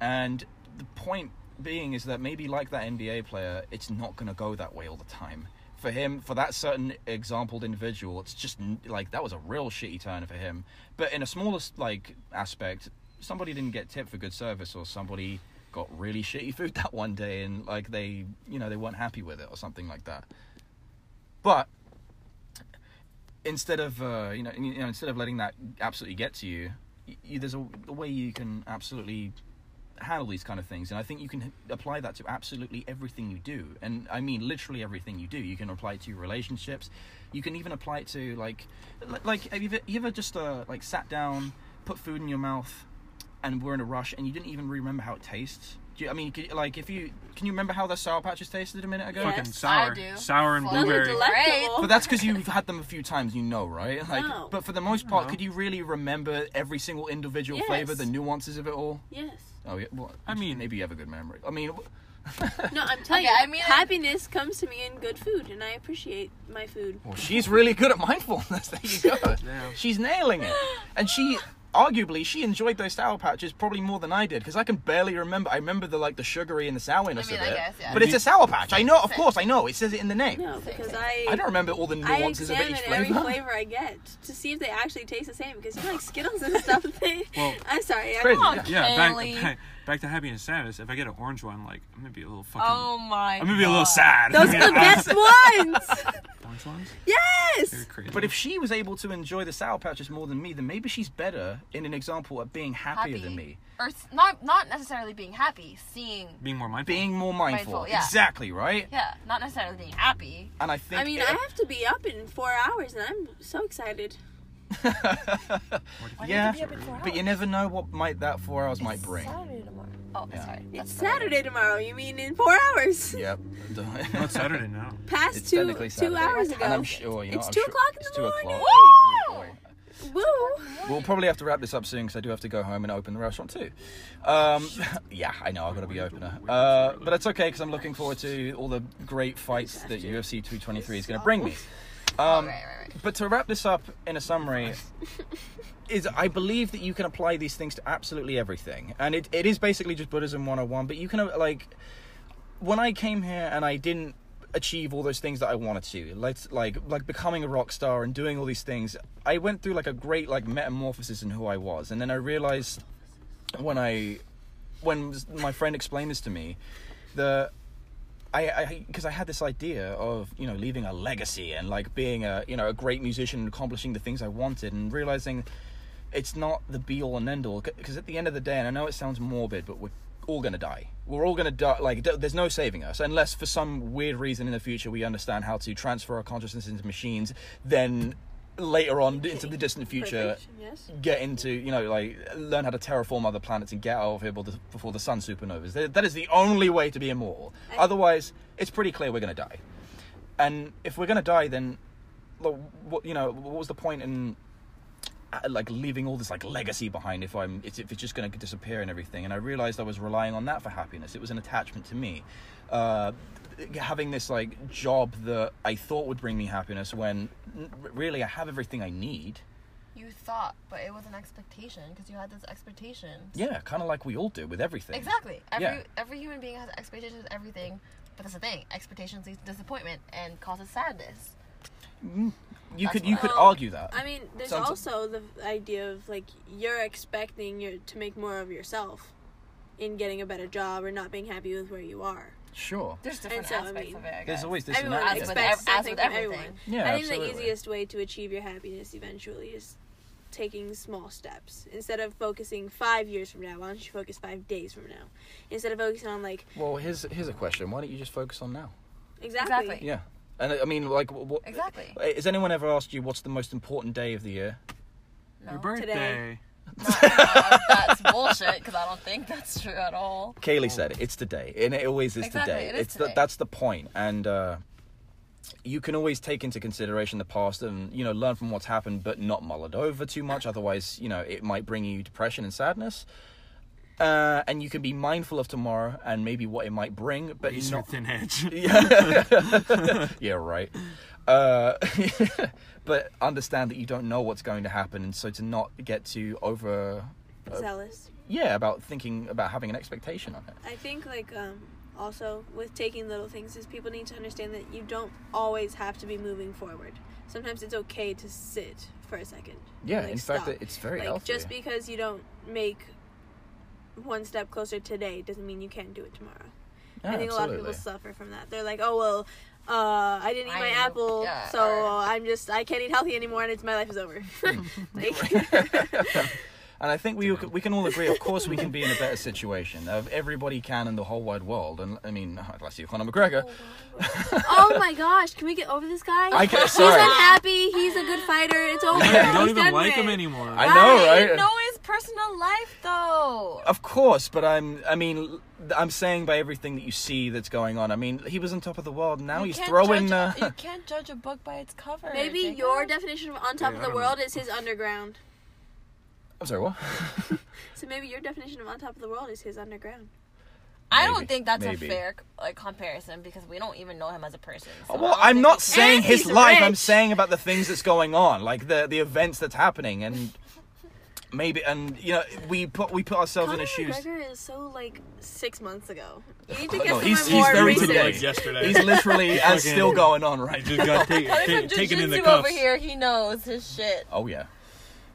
Speaker 4: And the point being is that maybe like that NBA player, it's not going to go that way all the time. For him, for that certain exampled individual, it's just n- like that was a real shitty turn for him. But in a smallest like aspect, somebody didn't get tipped for good service, or somebody got really shitty food that one day, and like they, you know, they weren't happy with it or something like that. But instead of uh, you know you know instead of letting that absolutely get to you, y you there's a, a way you can absolutely handle these kind of things, and I think you can h- apply that to absolutely everything you do, and I mean literally everything you do. You can apply it to your relationships, you can even apply it to like li- like have you ever, you ever just uh, like sat down, put food in your mouth, and we're in a rush, and you didn't even remember how it tastes. Do you, I mean, could, like if you can you remember how the sour patches tasted a minute ago?
Speaker 5: Yeah.
Speaker 6: Fucking
Speaker 5: Yes,
Speaker 6: sour,
Speaker 3: I do.
Speaker 6: sour and
Speaker 3: Those are
Speaker 6: blueberry.
Speaker 5: delectable.
Speaker 3: Great.
Speaker 4: But that's because you've had them a few times, you know, right? Like,
Speaker 5: No.
Speaker 3: Oh.
Speaker 4: but for the most part,
Speaker 6: No.
Speaker 4: could you really remember every single individual flavor,
Speaker 5: Yes.
Speaker 4: the nuances of it all?
Speaker 5: Yes.
Speaker 4: Oh yeah. Well,
Speaker 6: I mean-
Speaker 4: maybe you have a good memory. I mean, w-
Speaker 5: No, I'm telling
Speaker 3: Okay,
Speaker 5: you.
Speaker 3: I mean, I-
Speaker 5: happiness comes to me in good food, and I appreciate my food.
Speaker 4: well, she's really good at mindfulness. There you go.
Speaker 6: Yeah.
Speaker 4: she's nailing it, and she. Arguably, she enjoyed those sour patches probably more than I did because I can barely remember. I remember the like the sugary and the sourness
Speaker 3: I mean,
Speaker 4: of
Speaker 3: I
Speaker 4: it,
Speaker 3: guess, yeah.
Speaker 4: but it's a sour patch. I know, of
Speaker 3: Same.
Speaker 4: course, I know. It says it in the name.
Speaker 5: No, because I.
Speaker 4: I don't remember all the
Speaker 5: I
Speaker 4: nuances of
Speaker 5: examine
Speaker 4: each
Speaker 5: every
Speaker 4: flavor.
Speaker 5: flavor I get to see if they actually taste the same because you know, like Skittles and stuff. They,
Speaker 6: Well,
Speaker 5: I'm sorry. I'm
Speaker 4: crazy,
Speaker 5: wrong.
Speaker 4: yeah.
Speaker 6: yeah, back,
Speaker 3: Kaylee.
Speaker 6: back back to happy and sadness. If I get an orange one, like I'm gonna be a little fucking.
Speaker 3: oh my.
Speaker 6: I'm gonna be a little
Speaker 3: God.
Speaker 6: sad.
Speaker 5: Those are the best ones.
Speaker 6: orange ones. You're
Speaker 5: Yes.
Speaker 6: crazy.
Speaker 4: But if she was able to enjoy the sour patches more than me, then maybe she's better in an example at being happier
Speaker 3: Happy
Speaker 4: than me,
Speaker 3: or s- not not necessarily being happy, seeing.
Speaker 6: being more mindful.
Speaker 4: being more mindful.
Speaker 3: Mindful, yeah.
Speaker 4: Exactly right.
Speaker 3: Yeah, not necessarily being happy.
Speaker 4: And I think.
Speaker 5: I mean,
Speaker 4: it-
Speaker 5: I have to be up in four hours, and I'm so excited.
Speaker 3: Why do you
Speaker 4: yeah,
Speaker 3: have to be up at four
Speaker 4: but you
Speaker 3: hours?
Speaker 4: never know what might that four hours might bring.
Speaker 3: Oh, sorry.
Speaker 5: It's
Speaker 3: That's
Speaker 5: Saturday tomorrow. You mean in four hours?
Speaker 4: Yep.
Speaker 6: No, it's Saturday now.
Speaker 5: Past
Speaker 4: It's
Speaker 5: two
Speaker 4: technically
Speaker 5: two
Speaker 4: Saturday.
Speaker 5: hours
Speaker 4: And
Speaker 5: ago.
Speaker 4: I'm sure you know.
Speaker 5: it's
Speaker 4: I'm
Speaker 5: two
Speaker 4: sure-
Speaker 5: o'clock in
Speaker 4: it's
Speaker 5: the
Speaker 4: two o'clock.
Speaker 5: morning.
Speaker 4: Boy.
Speaker 5: Woo!
Speaker 4: We'll probably have to wrap this up soon because I do have to go home and open the restaurant too. Um, yeah, I know I've got to be opener, uh, but that's okay because I'm looking forward to all the great fights that UFC 223 is going to bring me. Um,
Speaker 3: Right, right, right.
Speaker 4: but to wrap this up in a summary, is I believe that you can apply these things to absolutely everything, and it, it is basically just Buddhism 101. But you can uh, like when I came here and I didn't achieve all those things that I wanted to, like like like becoming a rock star and doing all these things, I went through like a great like metamorphosis in who I was, and then I realized when I when my friend explained this to me that I because I, had this idea of you know leaving a legacy and like being a you know a great musician and accomplishing the things I wanted and realizing it's not the be all and end all because at the end of the day and I know it sounds morbid but we're all gonna die we're all gonna die like d- there's no saving us unless for some weird reason in the future we understand how to transfer our consciousness into machines then later on into the distant future
Speaker 5: Perfection, yes.
Speaker 4: get into you know like learn how to terraform other planets and get out of here before the, before the sun supernovas that, that is the only way to be immortal otherwise it's pretty clear we're going to die and if we're going to die then like, what you know what was the point in uh, like leaving all this like legacy behind if i'm it's, if it's just going to disappear and everything and i realized i was relying on that for happiness it was an attachment to me uh having this like job that i thought would bring me happiness when n- really i have everything i need
Speaker 3: You thought, but it was an expectation because you had this expectation.
Speaker 4: Yeah, kind of like we all do with everything.
Speaker 3: Exactly. Every
Speaker 4: Yeah.
Speaker 3: every human being has expectations with everything, but that's the thing. Expectations leads to disappointment and causes sadness.
Speaker 4: You could you could
Speaker 5: Well,
Speaker 4: argue that.
Speaker 5: I mean, there's
Speaker 4: Sounds-
Speaker 5: also the idea of like you're expecting your, to make more of yourself in getting a better job or not being happy with where you are.
Speaker 4: sure.
Speaker 3: There's different
Speaker 5: so, I
Speaker 3: aspects
Speaker 5: mean,
Speaker 3: of it. I
Speaker 4: There's
Speaker 3: guess.
Speaker 4: always this. and
Speaker 5: Everyone
Speaker 4: that,
Speaker 3: as
Speaker 4: yeah.
Speaker 3: with ev-
Speaker 5: expects
Speaker 3: as
Speaker 5: something
Speaker 3: with
Speaker 5: from
Speaker 3: everything.
Speaker 5: everyone.
Speaker 4: Yeah,
Speaker 5: I think the
Speaker 4: absolutely.
Speaker 5: easiest way to achieve your happiness eventually is taking small steps instead of focusing five years from now. Why don't you focus five days from now instead of focusing on like
Speaker 4: Well, here's here's a question. Why don't you just focus on now?
Speaker 5: exactly?
Speaker 3: Exactly.
Speaker 4: Yeah, and I I mean, like, wh- what?
Speaker 3: Exactly.
Speaker 4: Has anyone ever asked you what's the most important day of the year?
Speaker 3: No,
Speaker 6: Your birthday.
Speaker 5: Today.
Speaker 3: not because that's bullshit. Because I don't think that's true at all.
Speaker 4: Kaylee said it. It's the day, and it always is
Speaker 3: Exactly,
Speaker 4: the day.
Speaker 3: it is
Speaker 4: it's
Speaker 3: the
Speaker 4: the-
Speaker 3: day.
Speaker 4: that's the point, and uh, you can always take into consideration the past and you know learn from what's happened, but not mull it over too much. Otherwise, you know, it might bring you depression and sadness. Uh, and you can be mindful of tomorrow and maybe what it might bring, but
Speaker 6: Razor
Speaker 4: not
Speaker 6: thin edge.
Speaker 4: yeah, right. Uh, but understand that you don't know what's going to happen, and so to not get too over,
Speaker 5: Zealous.
Speaker 4: yeah, about thinking about having an expectation on it.
Speaker 5: I think like um also with taking little things is people need to understand that you don't always have to be moving forward. Sometimes it's okay to sit for a second.
Speaker 4: Yeah,
Speaker 5: Like,
Speaker 4: in fact,
Speaker 5: stop.
Speaker 4: it- it's very
Speaker 5: like
Speaker 4: healthy.
Speaker 5: just because you don't make one step closer today doesn't mean you can't do it tomorrow.
Speaker 4: Yeah,
Speaker 5: I think a lot of
Speaker 4: absolutely.
Speaker 5: people suffer from that. They're like, "Oh well, uh, I didn't eat
Speaker 3: I
Speaker 5: my
Speaker 3: am-
Speaker 5: apple,
Speaker 3: yeah,
Speaker 5: so
Speaker 3: or-
Speaker 5: I'm just I can't eat healthy anymore, and it's my life is over." like,
Speaker 4: And I think we we can all agree, of course, we can be in a better situation. Uh, everybody can in the whole wide world. And I mean, unless you're Conor McGregor.
Speaker 5: oh my gosh, can we get over this guy?
Speaker 4: I ca-
Speaker 5: He's
Speaker 4: sorry.
Speaker 5: unhappy. He's a good fighter. It's over.
Speaker 6: you
Speaker 5: He's
Speaker 6: don't even
Speaker 5: done
Speaker 6: like
Speaker 5: with.
Speaker 6: him anymore.
Speaker 4: I know, right?
Speaker 3: know his personal life though.
Speaker 4: Of course, but I'm. I mean, I'm saying by everything that you see that's going on. I mean, he was on top of the world. Now he's
Speaker 3: can't
Speaker 4: throwing.
Speaker 3: judge a-
Speaker 4: uh,
Speaker 3: you can't judge a book by its cover.
Speaker 5: Maybe
Speaker 3: Jacob.
Speaker 5: your definition of on top
Speaker 6: Yeah, I
Speaker 5: of the
Speaker 6: don't
Speaker 5: world is his underground.
Speaker 4: I'm sorry. What?
Speaker 5: So maybe your definition of on top of the world is his underground.
Speaker 3: I
Speaker 4: Maybe.
Speaker 3: don't think that's
Speaker 4: Maybe.
Speaker 3: a fair like comparison because we don't even know him as a person. so I
Speaker 4: Well,
Speaker 3: don't
Speaker 4: I'm
Speaker 3: think
Speaker 4: not
Speaker 3: we-
Speaker 4: saying
Speaker 5: And
Speaker 4: his
Speaker 5: he's
Speaker 4: life. I'm
Speaker 5: rich.
Speaker 4: saying about the things that's going on, like the the events that's happening, and maybe and you know we put we put ourselves in
Speaker 5: Conor
Speaker 4: his shoes.
Speaker 5: McGregor is so like six months ago. You need to
Speaker 4: no,
Speaker 5: get someone
Speaker 4: he's- he's
Speaker 5: more
Speaker 4: very
Speaker 5: recent.
Speaker 4: today.
Speaker 6: yesterday.
Speaker 4: He's literally as
Speaker 6: fucking-
Speaker 4: still going on right
Speaker 6: just got ta-
Speaker 3: Coming
Speaker 6: ta-
Speaker 3: from
Speaker 6: taken in the
Speaker 3: jujitsu over
Speaker 6: cuffs.
Speaker 3: here, he knows his shit.
Speaker 4: Oh yeah.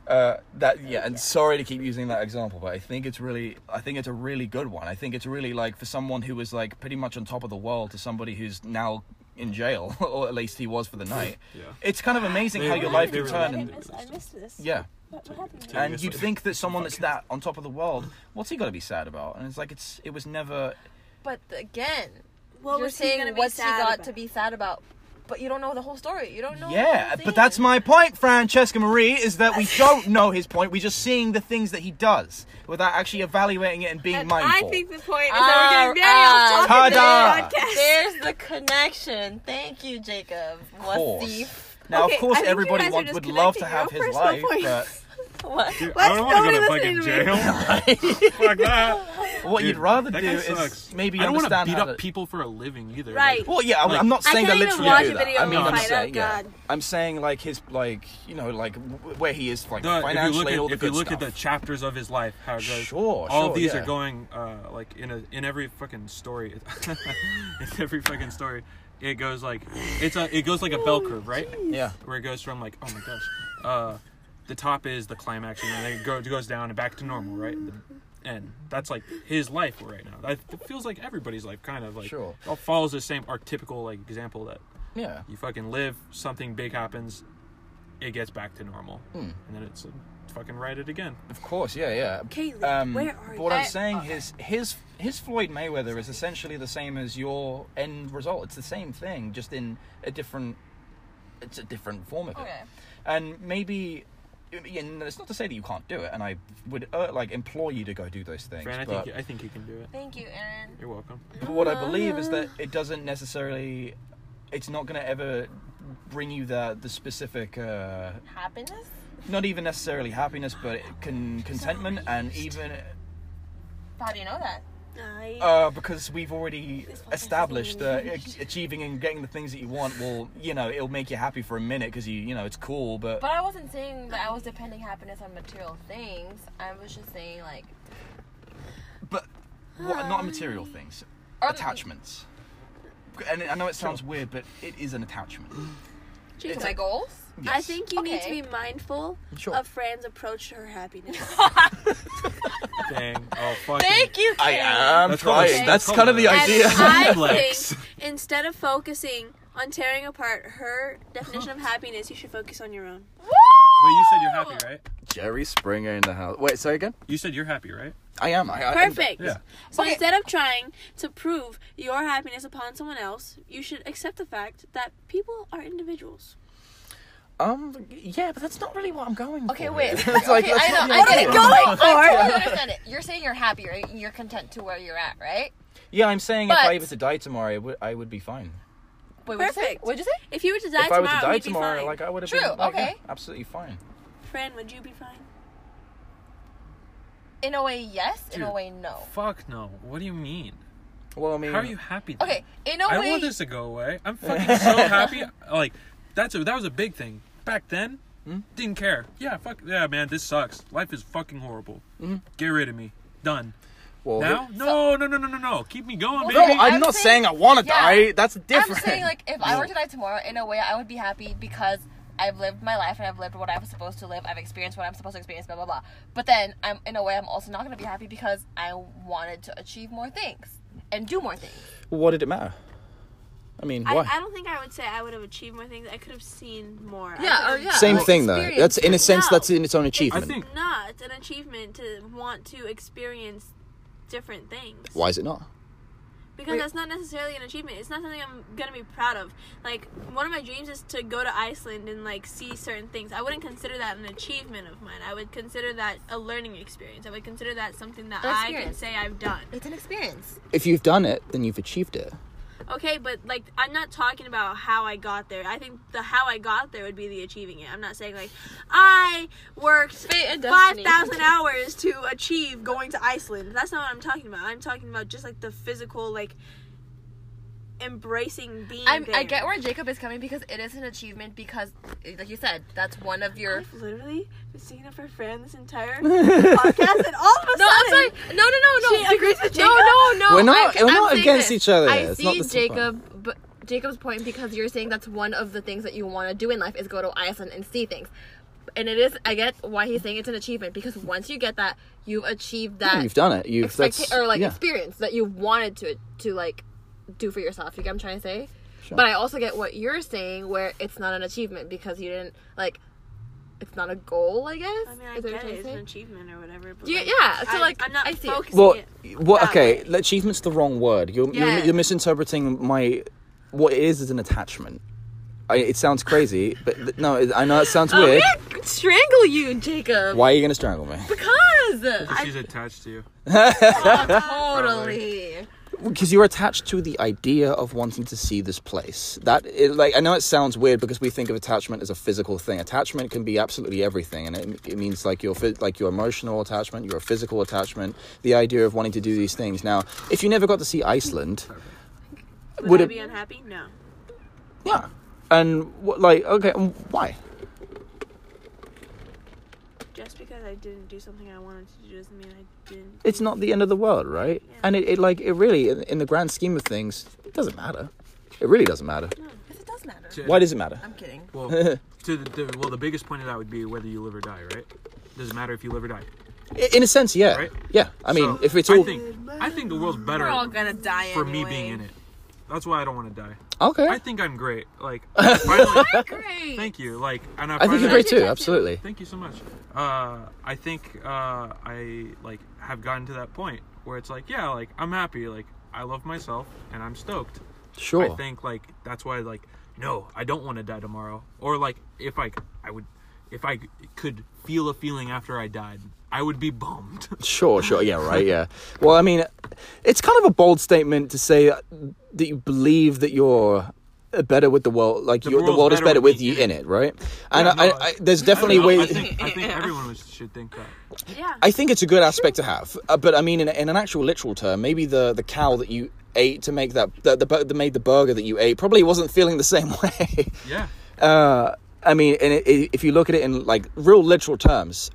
Speaker 4: Uh, that yeah, and sorry to keep using that example, but I think it's really, I think it's a really good one. I think it's really like for someone who was like pretty much on top of the world to somebody who's now in jail, or at least he was for the night.
Speaker 6: Yeah.
Speaker 4: It's kind of amazing
Speaker 6: They
Speaker 4: how
Speaker 6: really-
Speaker 4: your life
Speaker 6: they
Speaker 4: can
Speaker 6: really
Speaker 4: turn.
Speaker 6: did.
Speaker 4: And,
Speaker 5: I missed this.
Speaker 4: yeah,
Speaker 5: What, what happened?
Speaker 6: Take
Speaker 4: and
Speaker 6: this
Speaker 4: you'd
Speaker 6: one.
Speaker 4: think that someone that's that on top of the world, what's he got to be sad about? And it's like it's it was never.
Speaker 3: But again,
Speaker 5: What
Speaker 3: you're
Speaker 5: was he gonna
Speaker 3: saying
Speaker 5: be
Speaker 3: what's he
Speaker 5: sad
Speaker 3: got
Speaker 5: about?
Speaker 3: to be sad about, but you don't know the whole story. You don't know. the
Speaker 4: Yeah,
Speaker 3: whole thing.
Speaker 4: but that's my point, Francesca Marie, is that we don't know his point. We're just seeing the things that he does without actually evaluating it and being
Speaker 5: And
Speaker 4: mindful.
Speaker 5: I think the point is that we're getting Daniel
Speaker 3: Ah,
Speaker 5: talking
Speaker 4: ah,
Speaker 5: about the podcast.
Speaker 3: There's the connection. Thank you, Jacob. What's
Speaker 4: course.
Speaker 3: the
Speaker 4: Now,
Speaker 5: Okay,
Speaker 4: of course,
Speaker 5: I think you
Speaker 4: everybody
Speaker 5: guys are
Speaker 4: wants,
Speaker 5: just
Speaker 4: would love to
Speaker 5: connecting
Speaker 4: have
Speaker 5: your
Speaker 4: his
Speaker 5: personal
Speaker 4: life,
Speaker 5: points.
Speaker 4: but
Speaker 3: What?
Speaker 2: Dude,
Speaker 5: Why
Speaker 2: I
Speaker 5: is
Speaker 2: don't want to go to
Speaker 5: nobody listening
Speaker 2: fucking
Speaker 5: to
Speaker 2: jail. Fuck that.
Speaker 4: what
Speaker 2: Dude,
Speaker 4: you'd rather
Speaker 2: that
Speaker 4: do
Speaker 2: guy
Speaker 4: is
Speaker 2: sucks.
Speaker 4: maybe
Speaker 2: I don't wanna
Speaker 4: understand
Speaker 2: beat
Speaker 4: how
Speaker 2: up
Speaker 4: to-
Speaker 2: people for a living either.
Speaker 5: Right.
Speaker 4: Well, yeah, I'm,
Speaker 2: Like-
Speaker 4: I'm not
Speaker 5: I
Speaker 4: saying they
Speaker 5: can't even
Speaker 4: literally
Speaker 5: watch
Speaker 4: do
Speaker 5: a
Speaker 4: that.
Speaker 5: video
Speaker 4: I mean,
Speaker 5: of
Speaker 4: I'm
Speaker 5: Fight Out
Speaker 4: saying, yeah.
Speaker 5: God.
Speaker 4: I'm saying like his like you know like w- where he is like
Speaker 2: The- if you look,
Speaker 4: financially
Speaker 2: at,
Speaker 4: all the
Speaker 2: if you
Speaker 4: good
Speaker 2: look at
Speaker 4: stuff.
Speaker 2: the chapters of his life, how it goes,
Speaker 4: Sure,
Speaker 2: all
Speaker 4: sure,
Speaker 2: of these
Speaker 4: yeah.
Speaker 2: are going uh, like in a in every fucking story, in every fucking story, it goes like it's a it goes like a bell curve, right?
Speaker 4: yeah.
Speaker 2: Where it goes from like oh my gosh, uh, the top is the climax, and then it go, it goes down and back to normal, right? The end. That's like his life right now. That it feels like everybody's life, kind of like
Speaker 4: Sure.
Speaker 2: it all follows the same archetypical like example that
Speaker 4: Yeah.
Speaker 2: you fucking live, something big happens, it gets back to normal, and then it's uh, fucking write it again.
Speaker 4: Of course, yeah, yeah.
Speaker 5: Caitlin,
Speaker 4: um,
Speaker 5: where are
Speaker 4: but what I'm
Speaker 3: you?
Speaker 4: saying is his his Floyd Mayweather is essentially the same as your end result. It's the same thing, just in a different it's a different form of it.
Speaker 3: Okay.
Speaker 4: And maybe and it's not to say that you can't do it, and I would uh, like implore you to go do those things.
Speaker 2: Fran, I
Speaker 4: but-
Speaker 2: think you, I think you can do it.
Speaker 3: Thank you, Aaron.
Speaker 2: You're welcome.
Speaker 4: But what I believe is that it doesn't necessarily, it's not going to ever bring you the the specific, uh,
Speaker 3: Happiness?
Speaker 4: not even necessarily happiness, but it can contentment and even
Speaker 3: How do you know that?
Speaker 5: I,
Speaker 4: uh, because we've already
Speaker 5: podcast is
Speaker 4: established that
Speaker 5: amazing.
Speaker 4: ach- achieving and getting the things that you want will, you know, it'll make you happy for a minute because you, you know, it's cool, but.
Speaker 3: But I wasn't saying that I was depending happiness on material things. I was just saying like
Speaker 4: But what? Not material things.
Speaker 3: Um,
Speaker 4: attachments. And I know it sounds weird, but it is an attachment.
Speaker 3: to my goals.
Speaker 5: I think you need to
Speaker 3: Okay.
Speaker 5: be mindful
Speaker 4: Sure.
Speaker 5: of Fran's approach to her happiness.
Speaker 2: Dang. Oh fuck.
Speaker 3: Thank you.
Speaker 4: I
Speaker 3: Karen.
Speaker 4: am
Speaker 2: That's
Speaker 4: trying.
Speaker 2: called a-
Speaker 4: That's
Speaker 2: that's called
Speaker 4: kind of the
Speaker 2: a-
Speaker 5: And
Speaker 4: idea.
Speaker 5: I
Speaker 2: Complex.
Speaker 5: think instead of focusing on tearing apart her definition of happiness, you should focus on your own.
Speaker 2: But you said you're happy, right?
Speaker 4: Jerry Springer in the house. Wait, say again.
Speaker 2: You said you're happy, right?
Speaker 4: I am. I, I,
Speaker 5: Perfect.
Speaker 2: Yeah.
Speaker 5: So
Speaker 3: Okay.
Speaker 5: instead of trying to prove your happiness upon someone else, you should accept the fact that people are individuals.
Speaker 4: Um. Yeah, but that's not really what I'm going.
Speaker 3: Okay,
Speaker 4: for
Speaker 3: wait.
Speaker 4: here.
Speaker 3: okay, I know. I get it.
Speaker 5: going
Speaker 3: I totally understand it. You're saying you're happy, right? You're content to where you're at, right?
Speaker 4: Yeah, I'm saying if
Speaker 3: But-
Speaker 4: I were to die tomorrow, I would, I would be fine.
Speaker 3: Wait, what'd you say?
Speaker 5: Perfect.
Speaker 3: What'd you say?
Speaker 5: If you were to die
Speaker 4: if I
Speaker 5: tomorrow,
Speaker 4: were to die
Speaker 5: you'd
Speaker 4: tomorrow,
Speaker 5: be fine.
Speaker 4: like I would have
Speaker 3: True,
Speaker 4: been like,
Speaker 3: okay.
Speaker 4: yeah, absolutely fine.
Speaker 5: Fran, would you be fine?
Speaker 3: In a way, yes. In a
Speaker 2: Dude.
Speaker 3: way, no.
Speaker 2: Fuck no. What do you mean?
Speaker 4: Well, I mean,
Speaker 2: How are you happy? then?
Speaker 3: Okay. In a
Speaker 2: I don't
Speaker 3: way,
Speaker 2: want this to go away. I'm fucking so happy. Like that's a that was a big thing back then.
Speaker 3: Hmm?
Speaker 2: Didn't care. Yeah, fuck. Yeah, man, this sucks. Life is fucking horrible.
Speaker 3: Hmm?
Speaker 2: Get rid of me. Done.
Speaker 4: well,
Speaker 2: now? No, no, no, no, no, no. Keep me going,
Speaker 3: Well,
Speaker 4: No,
Speaker 2: baby.
Speaker 4: I'm,
Speaker 3: I'm
Speaker 4: not
Speaker 3: saying-
Speaker 4: saying I want to
Speaker 3: yeah.
Speaker 4: die. That's different.
Speaker 3: I'm saying like if I were to die tomorrow, in a way, I would be happy because I've lived my life and I've lived what I was supposed to live. I've experienced what I'm supposed to experience. Blah blah blah. But then I'm in a way, I'm also not going to be happy because I wanted to achieve more things and do more things.
Speaker 4: what did it matter? I mean,
Speaker 5: I,
Speaker 4: why?
Speaker 5: I don't think I would say I would have achieved more things. I could have seen more. I
Speaker 3: Yeah,
Speaker 5: could
Speaker 3: oh,
Speaker 5: have
Speaker 3: yeah.
Speaker 4: Same
Speaker 3: like,
Speaker 4: thing though.
Speaker 3: experience.
Speaker 4: That's in a sense
Speaker 5: No.
Speaker 4: that's in its own
Speaker 2: I
Speaker 4: achievement.
Speaker 2: think
Speaker 5: not. It's an achievement to want to experience different things.
Speaker 4: Why is it not?
Speaker 5: Because that's not necessarily an achievement. It's not something I'm gonna be proud of. Like one of my dreams is to go to Iceland and like see certain things. I wouldn't consider that an achievement of mine. I would consider that a learning experience. I would consider that something that
Speaker 3: An
Speaker 5: I can
Speaker 3: experience.
Speaker 5: say I've done.
Speaker 3: It's an experience.
Speaker 4: If you've done it, then you've achieved it.
Speaker 5: Okay, but like I'm not talking about how I got there. I think the how I got there would be the achieving it. I'm not saying like I worked
Speaker 3: Fate and
Speaker 5: five
Speaker 3: destiny.
Speaker 5: thousand hours to achieve going to Iceland. That's not what I'm talking about. I'm talking about just like the physical like embracing being
Speaker 3: I'm,
Speaker 5: there.
Speaker 3: I get where Jacob is coming because it is an achievement because, like you said, that's one of your.
Speaker 5: I've literally been sticking up for Fran this entire podcast, and all of a
Speaker 3: No, I'm sorry.
Speaker 5: sudden,
Speaker 3: No, no, no, no.
Speaker 5: She agrees with
Speaker 3: No,
Speaker 5: Jacob?
Speaker 3: no, no.
Speaker 4: We're not-
Speaker 3: I,
Speaker 4: we're
Speaker 3: I'm
Speaker 4: not
Speaker 3: saying
Speaker 4: against
Speaker 3: this.
Speaker 4: each other.
Speaker 3: I
Speaker 4: It's
Speaker 3: see
Speaker 4: not the same point.
Speaker 3: Jacob, but Jacob's point because you're saying that's one of the things that you want to do in life is go to Iceland and see things. And it is. I get why he's saying it's an achievement because once you get that, you've achieved that.
Speaker 4: You've done it. You've
Speaker 3: Uh, expecta-
Speaker 4: that's
Speaker 3: or like
Speaker 4: yeah.
Speaker 3: experience that you wanted to to like do for yourself. You get what I'm trying to say? But I also get what you're saying where it's not an achievement because you didn't like it's not a goal, I guess.
Speaker 5: I mean, I
Speaker 3: Is that what
Speaker 5: get
Speaker 3: you're
Speaker 5: it. It's
Speaker 3: trying
Speaker 5: an
Speaker 3: to say?
Speaker 5: achievement or whatever. But,
Speaker 3: Yeah, yeah, so,
Speaker 5: I'm-
Speaker 3: like,
Speaker 5: I'm not
Speaker 3: I see it.
Speaker 5: focusing
Speaker 4: Well,
Speaker 5: it.
Speaker 4: well,
Speaker 5: that
Speaker 4: okay.
Speaker 5: way.
Speaker 4: Achievement's the wrong word. You're,
Speaker 3: Yeah.
Speaker 4: you're you're misinterpreting my what it is is an attachment. I, it sounds crazy, but th- no, it, I know it sounds
Speaker 3: I'm
Speaker 4: weird.
Speaker 3: gonna strangle you, Jacob.
Speaker 4: Why are you gonna strangle me?
Speaker 3: Because
Speaker 2: she's attached to you.
Speaker 3: totally.
Speaker 7: because you're attached to the idea of wanting to see this place. That it, like I know it sounds weird because we think of attachment as a physical thing. Attachment can be absolutely everything, and it, it means like your phy- like your emotional attachment, your physical attachment, the idea of wanting to do these things. Now, if you never got to see Iceland,
Speaker 5: Would,
Speaker 7: Would
Speaker 5: I
Speaker 7: it-
Speaker 5: be unhappy? No.
Speaker 7: yeah, and what, like okay, and why?
Speaker 5: Just because I didn't do something I wanted to do doesn't mean I didn't.
Speaker 7: It's not the end of the world, right? And it, it like it really, in, in the grand scheme of things, it doesn't matter. It really doesn't matter.
Speaker 3: Because it does matter.
Speaker 7: Why does it matter?
Speaker 3: I'm kidding.
Speaker 2: Well, to the, the well, the biggest point of that would be whether you live or die, right? Doesn't matter if you live or die.
Speaker 7: I- In a sense, yeah,
Speaker 2: Right?
Speaker 7: yeah. I mean,
Speaker 2: So,
Speaker 7: if it's all
Speaker 2: I think, I think the world's better
Speaker 3: We're all gonna die
Speaker 2: for
Speaker 3: anyway.
Speaker 2: me being in it. That's why I don't want to die.
Speaker 7: okay,
Speaker 2: I think I'm great. Like, I finally,
Speaker 3: Great.
Speaker 2: thank you. Like, and I,
Speaker 7: I think
Speaker 2: finally,
Speaker 7: you're great
Speaker 3: Thank
Speaker 7: too.
Speaker 3: you.
Speaker 7: Absolutely.
Speaker 2: Thank you so much. Uh, I think uh, I like have gotten to that point where it's like, yeah, like I'm happy. Like I love myself, and I'm stoked.
Speaker 7: Sure.
Speaker 2: I think like that's why like no, I don't want to die tomorrow. Or like if I I would if I could feel a feeling after I died, I would be bummed.
Speaker 7: Sure, sure. Yeah, right. Yeah. Well, I mean, it's kind of a bold statement to say that you believe that you're better with the world, like
Speaker 2: The
Speaker 7: you're, the
Speaker 2: world's
Speaker 7: world is
Speaker 2: better
Speaker 7: better
Speaker 2: with
Speaker 7: with
Speaker 2: me
Speaker 7: you
Speaker 2: in
Speaker 7: in it, right? And
Speaker 2: Yeah,
Speaker 7: I,
Speaker 2: no,
Speaker 7: I,
Speaker 2: I-
Speaker 7: there's
Speaker 2: I don't
Speaker 7: definitely
Speaker 2: know,
Speaker 7: ways.
Speaker 2: I think, I think everyone was- should think that.
Speaker 5: Yeah.
Speaker 7: I think it's a good aspect to have, uh, but I mean, in, in an actual literal term, maybe the, the cow that you ate to make that that the, bu- that made the burger that you ate probably wasn't feeling the same way.
Speaker 2: Yeah.
Speaker 7: Uh, I mean, and it, it, if you look at it in like real literal terms,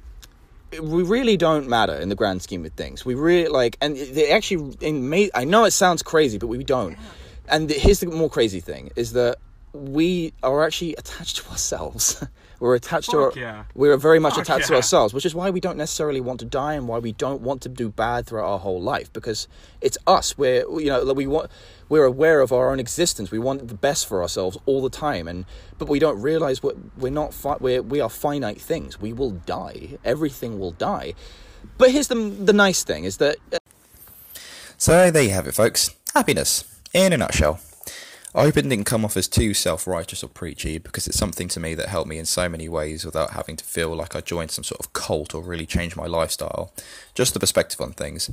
Speaker 7: it- we really don't matter in the grand scheme of things. We really like, and it- they actually, in May, I know it sounds crazy, but we don't. And the, here's the more crazy thing: is that we are actually attached to ourselves. We're attached
Speaker 2: Fuck
Speaker 7: to our,
Speaker 2: yeah.
Speaker 7: we are very much
Speaker 2: Fuck
Speaker 7: attached to
Speaker 2: yeah.
Speaker 7: ourselves, which is why we don't necessarily want to die and why we don't want to do bad throughout our whole life because it's us. We're you know like we want we're aware of our own existence. We want the best for ourselves all the time, and but we don't realize what we're not. Fi- we're, we are finite things. We will die. Everything will die. But here's the the nice thing is that uh
Speaker 4: So there you have it, folks. Happiness in a nutshell. I hope it didn't come off as too self righteous or preachy because it's something to me that helped me in so many ways without having to feel like I joined some sort of cult or really changed my lifestyle. Just the perspective on things.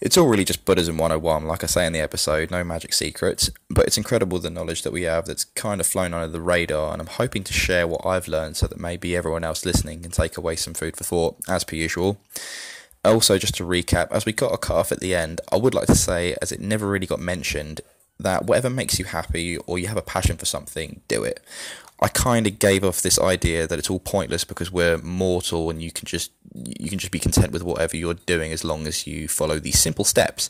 Speaker 4: It's all really just Buddhism 101, like I say in the episode, no magic secrets, but it's incredible the knowledge that we have that's kind of flown under the radar, and I'm hoping to share what I've learned so that maybe everyone else listening can take away some food for thought, as per usual. Also, just to recap, as we got a cut off at the end, I would like to say, as it never really got mentioned, that whatever makes you happy or you have a passion for something, do it. I kind of gave off this idea that it's all pointless because we're mortal and you can just you can just be content with whatever you're doing as long as you follow these simple steps.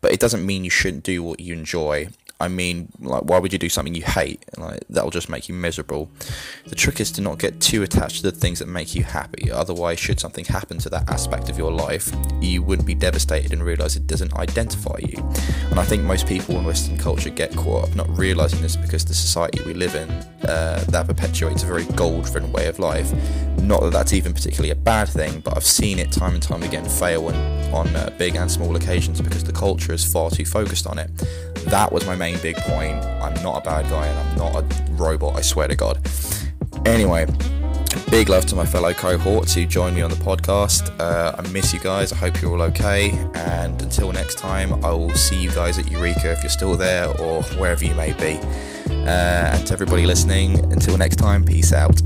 Speaker 4: But it doesn't mean you shouldn't do what you enjoy. I mean, like, why would you do something you hate? Like, that'll just make you miserable. The trick is to not get too attached to the things that make you happy. Otherwise, should something happen to that aspect of your life, you would be devastated and realize it doesn't identify you. And I think most people in Western culture get caught up not realizing this because the society we live in uh, that perpetuates a very goal-driven way of life. Not that that's even particularly a bad thing, but I've seen it time and time again fail on, on uh, big and small occasions because the culture is far too focused on it. That was my main big point. I'm not a bad guy and I'm not a robot, I swear to God. Anyway, big love to my fellow cohorts who joined me on the podcast. Uh, I miss you guys. I hope you're all okay. And until next time, I will see you guys at Eureka if you're still there or wherever you may be. Uh, and to everybody listening, until next time, peace out.